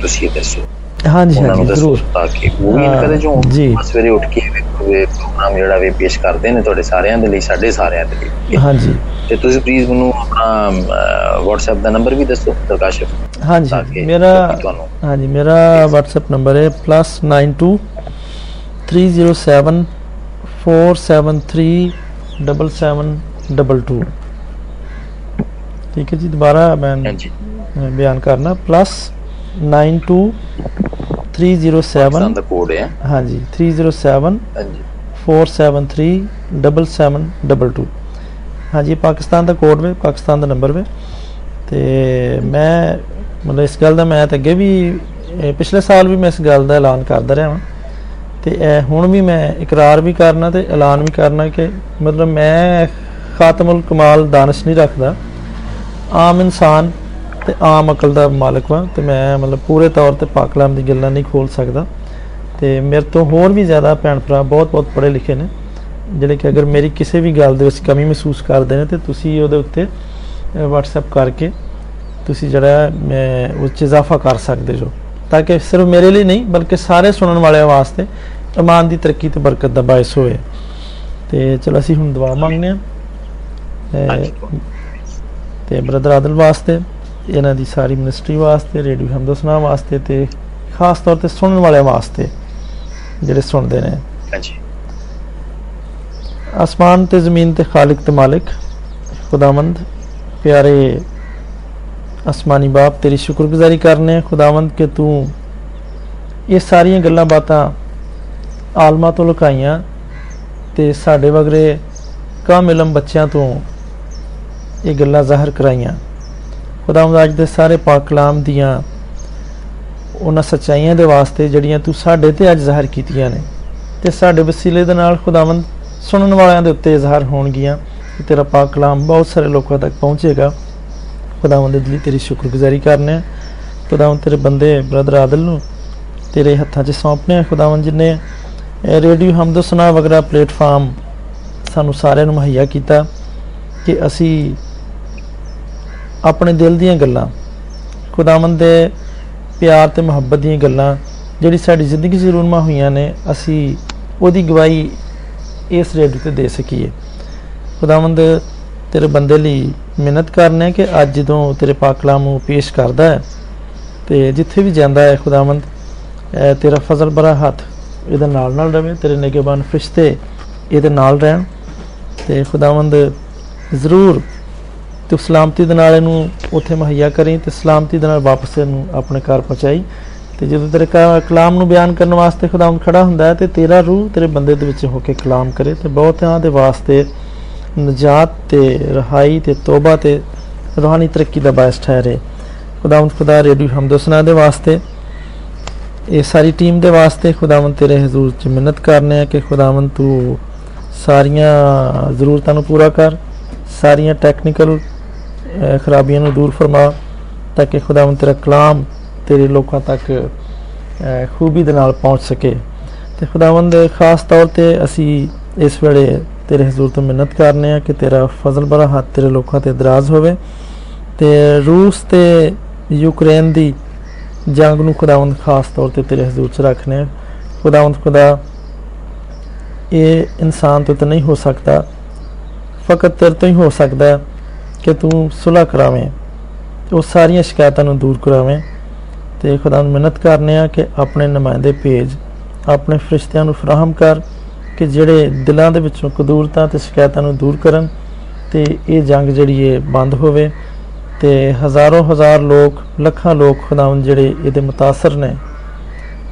Speaker 2: ਤੁਸੀਂ ਇਹ ਦੱਸੋ
Speaker 1: ਹਾਂਜੀ
Speaker 2: ਉਹਨਾਂ ਨੂੰ
Speaker 1: ਹਾਂਜੀ
Speaker 2: ਦੱਸੋ
Speaker 1: ਜ਼ਰੂਰ
Speaker 2: ਤਾਂ ਕਿ ਉਹ ਵੀ
Speaker 1: ਹਾਂ,
Speaker 2: ਇਨਕਰੇਜ ਹੋਣ
Speaker 1: ਜੀ।
Speaker 2: ਬਸ ਸਵੇਰੇ ਉੱਠ ਕੇ ਵੇਖੋ ਇਹ ਪ੍ਰੋਗਰਾਮ ਜਿਹੜਾ ਵੇ ਪੇਸ਼ ਕਰਦੇ ਨੇ ਤੁਹਾਡੇ ਸਾਰਿਆਂ ਦੇ ਲਈ ਸਾਡੇ ਸਾਰਿਆਂ ਦੇ ਲਈ
Speaker 1: ਹਾਂਜੀ
Speaker 2: ਤੇ ਤੁਸੀਂ ਪਲੀਜ਼ ਮੈਨੂੰ ਆਪਣਾ ਅਮ, ਅਹ, WhatsApp ਦਾ ਨੰਬਰ ਵੀ ਦੱਸੋ ਪ੍ਰਕਾਸ਼ਿਫ ਤਾਂ
Speaker 1: ਹਾਂਜੀ
Speaker 2: ਕਿ
Speaker 1: ਮੇਰਾ
Speaker 2: ਲੋਕੀ ਤੁਹਾਨੂੰ
Speaker 1: ਹਾਂਜੀ ਮੇਰਾ हाँ WhatsApp ਨੰਬਰ ਹੈ +92 307 473 7722 ठीक है जी दोबारा मैं
Speaker 2: ਹਾਂਜੀ
Speaker 1: मैं बयान करना +92
Speaker 2: ਪਾਕਿਸਤਾਨ
Speaker 1: 307
Speaker 2: ਦਾ ਕੋਡ ਹੈ
Speaker 1: हाँ जी 307
Speaker 2: ਹਾਂਜੀ
Speaker 1: 4737722 ਹਾਂਜੀ ਇਹ ਪਾਕਿਸਤਾਨ ਦਾ ਕੋਡ ਵੇ ਪਾਕਿਸਤਾਨ ਦਾ ਨੰਬਰ ਵੇ ਤੇ ਮੈਂ ਮਤਲਬ ਇਸ ਗੱਲ ਦਾ ਮੈਂ ਤਾਂ ਅੱਗੇ ਵੀ ਇਹ ਪਿਛਲੇ ਸਾਲ ਵੀ ਮੈਂ ਇਸ ਗੱਲ ਦਾ ਐਲਾਨ ਕਰਦਾ ਰਿਹਾ ਹਾਂ ਤੇ ਇਹ ਹੁਣ ਵੀ ਮੈਂ ਇਕਰਾਰ ਵੀ ਕਰਨਾ ਤੇ ਐਲਾਨ ਵੀ ਕਰਨਾ ਕਿ ਮਤਲਬ ਮੈਂ ਖਾਤਮੁਲ ਕਮਾਲ ਦਾਨਿਸ਼ ਨਹੀਂ ਰੱਖਦਾ ਆਮ ਇਨਸਾਨ ਤੇ ਆਮ ਅਕਲ ਦਾ ਮਾਲਕ ਵਾਂ ਤੇ ਮੈਂ ਮਤਲਬ ਪੂਰੇ ਤੌਰ ਤੇ ਪਾਕਲਾਮ ਦੀ ਗੱਲਾਂ ਨਹੀਂ ਖੋਲ ਸਕਦਾ ਤੇ ਮੇਰੇ ਤੋਂ ਹੋਰ ਵੀ ਜ਼ਿਆਦਾ ਭੈਣ ਭਰਾ ਬਹੁਤ-ਬਹੁਤ ਪੜ੍ਹੇ ਲਿਖੇ ਨੇ ਜਿਹੜੇ ਕਿ ਅਗਰ ਮੇਰੀ ਕਿਸੇ ਵੀ ਗੱਲ ਦੇ ਵਿੱਚ ਕਮੀ ਮਹਿਸੂਸ ਕਰਦੇ ਨੇ ਤੇ ਤੁਸੀਂ ਉਹਦੇ ਉੱਤੇ ਅਹ, WhatsApp ਕਰਕੇ ਤੁਸੀਂ ਜਿਹੜਾ ਮੈਂ ਉਸ 'ਚ ਇਜ਼ਾਫਾ ਕਰ ਸਕਦੇ ਜੋ ਤਾਂ ਕਿ ਸਿਰਫ ਮੇਰੇ ਲਈ ਨਹੀਂ ਬਲਕਿ ਸਾਰੇ ਸੁਣਨ ਵਾਲਿਆਂ ਵਾਸਤੇ ਇਮਾਨ ਦੀ ਤਰੱਕੀ ਤੇ ਬਰਕਤ ਦਾ ਬਾਇਸ ਹੋਵੇ ਤੇ ਚਲੋ ਅਸੀਂ ਹੁਣ ਦੁਆ ਮੰਗਦੇ ਹਾਂ
Speaker 2: ਹਾਂਜੀ
Speaker 1: ਅਹ, ਤੇ ਬ੍ਰਦਰ ਆਦਲ ਵਾਸਤੇ ਇਹਨਾਂ ਦੀ ਸਾਰੀ ਮਿਨਿਸਟਰੀ ਵਾਸਤੇ ਰੇਡੀਓ ਹਮਦਸਨਾ ਵਾਸਤੇ ਤੇ ਖਾਸ ਤੌਰ ਤੇ ਸੁਣਨ ਵਾਲਿਆਂ ਵਾਸਤੇ ਜਿਹੜੇ ਸੁਣਦੇ ਨੇ
Speaker 2: ਹਾਂਜੀ
Speaker 1: ਆਸਮਾਨ ਤੇ ਜ਼ਮੀਨ ਤੇ ਖਾਲਕ ਤੇ ਮਾਲਿਕ ਖੁਦਾਵੰਦ ਪਿਆਰੇ ਆਸਮਾਨੀ ਬਾਪ ਤੇਰੀ ਸ਼ੁਕਰਗੁਜ਼ਾਰੀ ਕਰਨੇ ਆ ਖੁਦਾਵੰਦ ਕਿ ਤੂੰ ਇਹ ਸਾਰੀਆਂ ਗੱਲਾਂ ਬਾਤਾਂ ਆਲਮਾਂ ਤੋਂ ਲੁਕਾਈਆਂ ਤੇ ਸਾਡੇ ਵਗਰੇ ਕਾਮ ਇਲਮ ਬੱਚਿਆਂ ਤੋਂ ਇਹ ਗੱਲਾਂ ਜ਼ਾਹਰ ਕਰਾਈਆਂ ਖੁਦਾਵੰਦ ਅੱਜ ਦੇ ਸਾਰੇ ਪਾਕ ਕਲਾਮ ਦੀਆਂ ਉਹਨਾਂ ਸੱਚਾਈਆਂ ਦੇ ਵਾਸਤੇ ਜਿਹੜੀਆਂ ਤੂੰ ਸਾਡੇ ਤੇ ਅੱਜ ਜ਼ਾਹਰ ਕੀਤੀਆਂ ਨੇ ਤੇ ਸਾਡੇ ਵਸੀਲੇ ਦੇ ਨਾਲ ਖੁਦਾਵੰਦ ਸੁਣਨ ਵਾਲਿਆਂ ਦੇ ਉੱਤੇ ਇਜ਼ਹਾਰ ਹੋਣਗੀਆਂ ਤੇ ਤੇਰਾ ਪਾਕ ਕਲਾਮ ਬਹੁਤ ਸਾਰੇ ਲੋਕਾਂ ਤੱਕ ਪਹੁੰਚੇਗਾ ਖੁਦਾਵੰਦ ਦੇ ਲਈ ਤੇਰੀ ਸ਼ੁਕਰਗੁਜ਼ਾਰੀ ਕਰਨੇ ਆ ਖੁਦਾਵੰਦ ਤੇਰੇ ਬੰਦੇ ਬ੍ਰਦਰ ਆਦਲ ਨੂੰ ਤੇਰੇ ਹੱਥਾਂ 'ਚ ਸੌਂਪਨੇ ਆ ਖੁਦਾਵੰਦ ਜਿਨੇ ਰੇਡੀਓ ਹਮਦਸਨਾ ਵਗੈਰਾ ਪਲੇਟਫਾਰਮ ਸਾਨੂੰ ਸਾਰਿਆਂ ਨੂੰ ਮੁਹੱਈਆ ਕੀਤਾ ਕਿ ਅਸੀਂ ਆਪਣੇ ਦਿਲ ਦੀਆਂ ਗੱਲਾਂ ਖੁਦਾਵੰਦ ਦੇ ਪਿਆਰ ਤੇ ਮੁਹੱਬਤ ਦੀਆਂ ਗੱਲਾਂ ਜਿਹੜੀ ਸਾਡੀ ਜ਼ਿੰਦਗੀ 'ਚ ਰੂਨਮਾ ਹੋਈਆਂ ਨੇ ਅਸੀਂ ਉਹਦੀ ਗਵਾਹੀ ਇਸ ਰੇਡੀਓ ਤੇ ਦੇ ਸਕੀਏ ਖੁਦਾਵੰਦ ਤੇਰੇ ਬੰਦੇ ਲਈ ਮਿਹਨਤ ਕਰਨੇ ਕਿ ਅੱਜ ਜਦੋਂ ਤੇਰੇ ਪਾਕ ਕਲਾਮ ਨੂੰ ਪੇਸ਼ ਕਰਦਾ ਹੈ ਤੇ ਜਿੱਥੇ ਵੀ ਜਾਂਦਾ ਹੈ ਖੁਦਾਵੰਦ ਅਹ ਤੇਰਾ ਫਜ਼ਲ ਬੜਾ ਹੱਥ ਇਹਦੇ ਨਾਲ ਨਾਲ ਰਵੇ ਤੇਰੇ ਨਿਗਹਿਬਾਨ ਫਰਿਸ਼ਤੇ ਇਹਦੇ ਨਾਲ ਰਹਿਣ ਤੇ ਖੁਦਾਵੰਦ ਜ਼ਰੂਰ ਤੂੰ ਸਲਾਮਤੀ ਦੇ ਨਾਲ ਇਹਨੂੰ ਉੱਥੇ ਮੁਹੱਈਆ ਕਰੀਂ ਤੇ ਸਲਾਮਤੀ ਦੇ ਨਾਲ ਵਾਪਸ ਇਹਨੂੰ ਆਪਣੇ ਘਰ ਪਹੁੰਚਾਈ ਤੇ ਜਦੋਂ ਤੇਰੇ ਕ- ਕਲਾਮ ਨੂੰ ਬਿਆਨ ਕਰਨ ਵਾਸਤੇ ਖੁਦਾਵੰਦ ਖੜਾ ਹੁੰਦਾ ਹੈ ਤੇ ਤੇਰਾ ਰੂਹ ਤੇਰੇ ਬੰਦੇ ਦੇ ਵਿੱਚ ਹੋ ਕੇ ਕਲਾਮ ਕਰੇ ਤੇ ਬਹੁਤਿਆਂ ਦੇ ਵਾਸਤੇ ਨਜਾਤ ਤੇ ਰਹਾਈ ਤੇ ਤੋਬਾ ਤੇ ਰੂਹਾਨੀ ਤਰੱਕੀ ਦਾ ਬਾਇਸ ਠਹਿਰੇ ਖੁਦਾਵੰਦ ਖੁਦਾ ਰੇਡੀਓ ਹਮਦਸਨਾ ਦੇ ਵਾਸਤੇ ਇਹ ਸਾਰੀ ਟੀਮ ਦੇ ਵਾਸਤੇ ਖੁਦਾਵੰਦ ਤੇਰੇ ਹਜ਼ੂਰ 'ਚ ਮਿਹਨਤ ਕਰਨੇ ਆ ਕਿ ਖੁਦਾਵੰਦ ਤੂੰ ਸਾਰੀਆਂ ਜ਼ਰੂਰਤਾਂ ਨੂੰ ਪੂਰਾ ਕਰ ਸਾਰੀਆਂ ਟੈਕਨੀਕਲ ਖਰਾਬੀਆਂ ਨੂੰ ਦੂਰ ਫਰਮਾ ਤਾਂ ਕਿ ਖੁਦਾਵੰਦ ਤੇਰਾ ਕਲਾਮ ਤੇਰੇ ਲੋਕਾਂ ਤੱਕ ਅਹ, ਖੂਬੀ ਦੇ ਨਾਲ ਪਹੁੰਚ ਸਕੇ ਤੇ ਖੁਦਾਵੰਦ ਖਾਸ ਤੌਰ ਤੇ ਅਸੀਂ ਇਸ ਵੇਲੇ ਤੇਰੇ ਹਜ਼ੂਰ ਤੋਂ ਮਿੰਨਤ ਕਰਨੇ ਆ ਕਿ ਤੇਰਾ ਫਜ਼ਲ ਬੜਾ ਹੱਥ ਤੇਰੇ ਲੋਕਾਂ ਤੇ ਦਰਾਜ਼ ਹੋਵੇ ਤੇ ਰੂਸ ਤੇ ਯੂਕਰੇਨ ਦੀ ਜੰਗ ਨੂੰ ਖੁਦਾਵੰਦ ਖਾਸ ਤੌਰ ਤੇ ਤੇਰੇ ਹਜ਼ੂਰ 'ਚ ਰੱਖਨੇ ਆ ਖੁਦਾਵੰਦ ਖੁਦਾ ਇਹ ਇਨਸਾਨ ਤੋਂ ਤਾਂ ਨਹੀਂ ਹੋ ਸਕਦਾ ਫਕਤ ਤੇਰੇ ਤੋਂ ਹੀ ਹੋ ਸਕਦਾ ਹੈ ਕਿ ਤੂੰ ਸੁਲ੍ਹਾ ਕਰਾਵੇਂ ਤੇ ਉਹ ਸਾਰੀਆਂ ਸ਼ਿਕਾਇਤਾਂ ਨੂੰ ਦੂਰ ਕਰਾਵੇਂ ਤੇ ਖੁਦਾ ਨੂੰ ਮਿਹਨਤ ਕਰਨੇ ਆ ਕਿ ਆਪਣੇ ਨੁਮਾਇੰਦੇ ਭੇਜ ਆਪਣੇ ਫਰਿਸ਼ਤਿਆਂ ਨੂੰ ਫਰਾਹਮ ਕਰ ਕਿ ਜਿਹੜੇ ਦਿਲਾਂ ਦੇ ਵਿੱਚੋਂ ਕਦੂਰਤਾਂ ਤੇ ਸ਼ਿਕਾਇਤਾਂ ਨੂੰ ਦੂਰ ਕਰਨ ਤੇ ਇਹ ਜੰਗ ਜਿਹੜੀ ਇਹ ਬੰਦ ਹੋਵੇ ਤੇ ਹਜ਼ਾਰੋਂ ਹਜ਼ਾਰ ਲੋਕ ਲੱਖਾਂ ਲੋਕ ਖੁਦਾਵੰਦ ਜਿਹੜੇ ਇਹਦੇ ਮੁਤਾਸਰ ਨੇ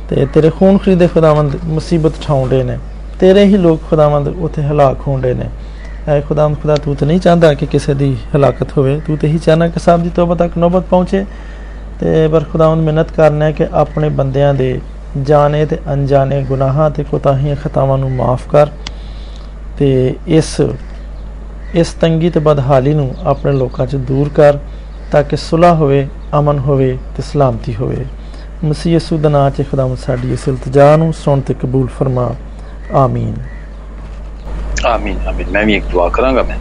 Speaker 1: ਤੇ ਤੇਰੇ ਖੂਨ ਖਰੀਦੇ ਖੁਦਾਵੰਦ ਮੁਸੀਬਤ ਠਾਉਂਦੇ ਨੇ ਤੇਰੇ ਹੀ ਲੋਕ ਖੁਦਾਵੰਦ ਉੱਥੇ ਹਲਾਕ ਹੁੰਦੇ ਨੇ ਐ ਖੁਦਾਮ ਖੁਦਾ ਤੂੰ ਤਾਂ ਨਹੀਂ ਚਾਹੁੰਦਾ ਕਿ ਕਿਸੇ ਦੀ ਹਲਾਕਤ ਹੋਵੇ ਤੂੰ ਤੇ ਹੀ ਚਾਹਨਾ ਕਿ ਸਭ ਦੀ ਤੋਬਾ ਤੱਕ ਨੌਬਤ ਪਹੁੰਚੇ ਤੇ ਪਰ ਖੁਦਾਵੰਦ ਮਿਹਨਤ ਕਰਨਾ ਹੈ ਕਿ ਆਪਣੇ ਬੰਦਿਆਂ ਦੇ ਜਾਣੇ ਤੇ ਅਣਜਾਣੇ ਗੁਨਾਹਾਂ ਤੇ ਕੋਤਾਹੀਆਂ ਖਤਾਵਾਂ ਨੂੰ ਮਾਫ ਕਰ ਤੇ ਇਸ ਇਸ ਤੰਗੀ ਤੇ ਬਦਹਾਲੀ ਨੂੰ ਆਪਣੇ ਲੋਕਾਂ 'ਚ ਦੂਰ ਕਰ ਤਾਂ ਕਿ ਸੁਲ੍ਹਾ ਹੋਵੇ ਅਮਨ ਹੋਵੇ ਤੇ ਸਲਾਮਤੀ ਹੋਵੇ ਮਸੀਹ ਯਸੂ ਦਾ ਨਾਂ 'ਚ ਖੁਦਾਵੰਦ ਸਾਡੀ ਇਸ ਇਲਤਜਾ ਨੂੰ ਸੁਣ ਤੇ ਕਬੂਲ ਫਰਮਾ ਆਮੀਨ
Speaker 2: ਆਮੀਨ ਆਮੀਨ ਮੈਂ ਵੀ ਇੱਕ ਦੁਆ ਕਰਾਂਗਾ ਮੈਂ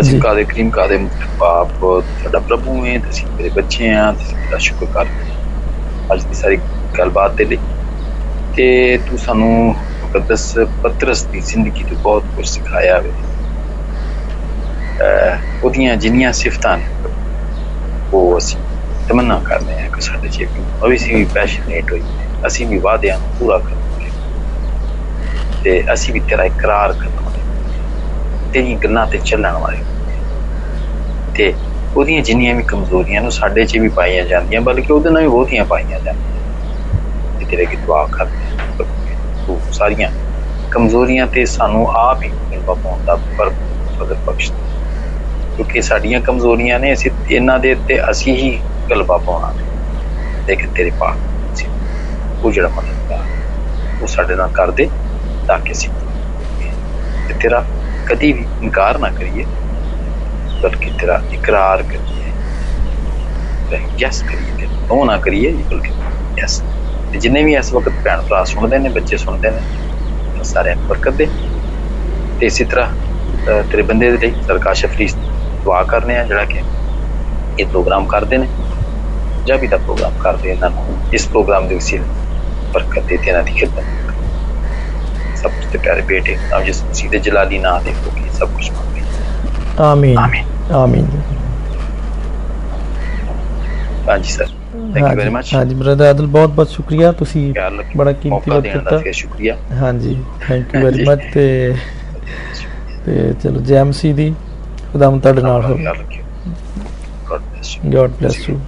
Speaker 2: ਅਸੀਂ
Speaker 1: ਜੀ।
Speaker 2: ਕਾਦੇ ਕਰੀਮ ਕਾਦੇ ਬਾਪ ਤੁਹਾਡਾ ਪ੍ਰਭੂ ਹੈ ਤੁਸੀਂ ਮੇਰੇ ਬੱਚੇ ਆ ਤੁਸੀਂ ਦਾ ਸ਼ੁਕਰ ਕਰਦੇ ਹਾਂ ਅੱਜ ਦੀ ਸਾਰੀ ਗੱਲਬਾਤ ਦੇ ਲਈ ਕਿ ਤੂੰ ਸਾਨੂੰ ਮੁਕੱਦਸ ਪਤਰਸ ਦੀ ਜ਼ਿੰਦਗੀ ਤੋਂ ਬਹੁਤ ਕੁਝ ਸਿਖਾਇਆ ਵੇ ਅਹ ਉਹਦੀਆਂ ਜਿੰਨੀਆਂ ਸਿਫਤਾਂ ਨੇ ਉਹ ਅਸੀਂ ਤਮੰਨਾ ਕਰਦੇ ਹਾਂ ਕਿ ਸਾਡੇ ਜੀਵਨ ਉਹ ਅਸੀਂ ਵੀ ਪੈਸ਼ਨੇਟ ਹੋਈਏ ਅਸੀਂ ਵੀ ਵਾਅਦਿਆਂ ਨੂੰ ਪੂਰਾ ਕਰਾਂਗੇ ਤੇ ਅਸੀਂ ਵੀ ਤੇਰਾ ਇਕਰਾਰ ਕਰਾਂਗੇ ਤੇਰੀ ਗੱਲਾਂ ਤੇ ਚੱਲਣ ਵਾਲੇ ਤੇ ਉਹਦੀਆਂ ਜਿੰਨੀਆਂ ਵੀ ਕਮਜ਼ੋਰੀਆਂ ਨੂੰ ਸਾਡੇ 'ਚ ਵੀ ਪਾਈਆਂ ਜਾਂਦੀਆਂ ਬਲਕਿ ਉਹਦੇ ਨਾਲ ਵੀ ਬਹੁਤੀਆਂ ਪਾਈਆਂ ਜਾਂਦੀਆਂ ਤੇ ਤੇਰੇ ਕੀ ਦੁਆ ਕਰਦੇ ਹਾਂ। ਤੂੰ ਸਾਰੀਆਂ ਕਮਜ਼ੋਰੀਆਂ ਤੇ ਸਾਨੂੰ ਆਪ ਹੀ ਕਿਰਪਾ ਪਾਉਣ ਦਾ ਪਰ ਫਜ਼ਲ ਬਖਸ਼ ਦੇ। ਕਿਉਂਕਿ ਸਾਡੀਆਂ ਕਮਜ਼ੋਰੀਆਂ ਨੇ ਅਸੀਂ ਇਹਨਾਂ ਦੇ ਉੱਤੇ ਅਸੀਂ ਹੀ ਗਲਬਾ ਪਾਉਣਾ ਲੇਕਿਨ ਤੇਰੇ ਪਾਸ ਸੀ। ਉਹ ਜਿਹੜਾ ਮਦਦਗਾਰ ਉਹ ਸਾਡੇ ਨਾਲ ਕਰਦੇ ਤਾਂ ਕਿ ਅਸੀਂ ਤੇ ਤੇਰਾ ਕਦੀ ਵੀ ਇਨਕਾਰ ਨਾ ਕਰੀਏ ਬਲਕਿ ਤੇਰਾ ਇਕਰਾਰ ਕਰੀਏ ਤੇ ਯੈਸ ਕਰੀਏ ਉਹ ਨਾ ਕਰੀਏ ਬਲਕਿ ਯੈਸ ਤੇ ਜਿੰਨੇ ਵੀ ਇਸ ਵਕਤ ਭੈਣ ਭਰਾ ਸੁਣਦੇ ਨੇ ਬੱਚੇ ਸੁਣਦੇ ਨੇ ਉਹਨਾਂ ਸਾਰਿਆਂ ਨੂੰ ਬਰਕਤ ਦੇ ਤੇ ਇਸੇ ਤਰ੍ਹਾਂ ਅਹ, ਤੇਰੇ ਬੰਦੇ ਦੇ ਲਈ ਸਰਕਾਸ਼ ਫਰੀਸ ਦੁਆ ਕਰਨੇ ਆ ਜਿਹੜਾ ਕਿ ਇਹ ਪ੍ਰੋਗਰਾਮ ਕਰਦੇ ਨੇ ਜਾਂ ਵੀ ਦਾ ਪ੍ਰੋਗਰਾਮ ਕਰਦੇ ਇਹਨਾਂ ਨੂੰ ਇਸ ਪ੍ਰੋਗਰਾਮ ਦੇ ਵਸੀਲੇ ਬਰਕਤ ਦੇ ਤੇ ਇਹਨਾਂ ਦੀ ਖਿਦਮਤ ਸਭ ਤੋਂ ਤੇ ਪਿਆਰੇ ਬੇਟੇ ਆਪ ਜਿਸ ਸਿੱਧੇ ਜਲਾਲੀ ਨਾਂ ਦੇ ਹੋ ਸਭ ਕੁਝ ਮੰਗਦੇ
Speaker 1: ਆਮੀਨ
Speaker 2: ਆਮੀਨ
Speaker 1: ਆਮੀਨ
Speaker 2: ਹਾਂਜੀ sir thank you very much
Speaker 1: ਹਾਂਜੀ ਬ੍ਰਦਰ ਆਦਲ ਬਹੁਤ ਬਹੁਤ ਸ਼ੁਕਰੀਆ ਤੁਸੀਂ
Speaker 2: ਖਿਆਲ
Speaker 1: ਬੜਾ ਕੀਮਤੀ
Speaker 2: ਮੌਕਾ
Speaker 1: ਵਕਤ
Speaker 2: ਦੇਣ ਦਾ
Speaker 1: ਦਿੱਤਾ
Speaker 2: ਫਿਰ ਸ਼ੁਕਰੀਆ
Speaker 1: ਹਾਂਜੀ ਥੈਂਕ ਯੂ
Speaker 2: ਹਾਂਜੀ।
Speaker 1: ਵੈਰੀ ਮਚ ਤੇ ਤੇ ਚਲੋ ਜੈਮਸੀ ਦੀ ਖੁਦਾਮ ਤੁਹਾਡੇ ਨਾਲ
Speaker 2: ਆਪਣਾ
Speaker 1: ਹੋਵੇ
Speaker 2: ਖਿਆਲ ਰੱਖਿਓ God bless
Speaker 1: God bless you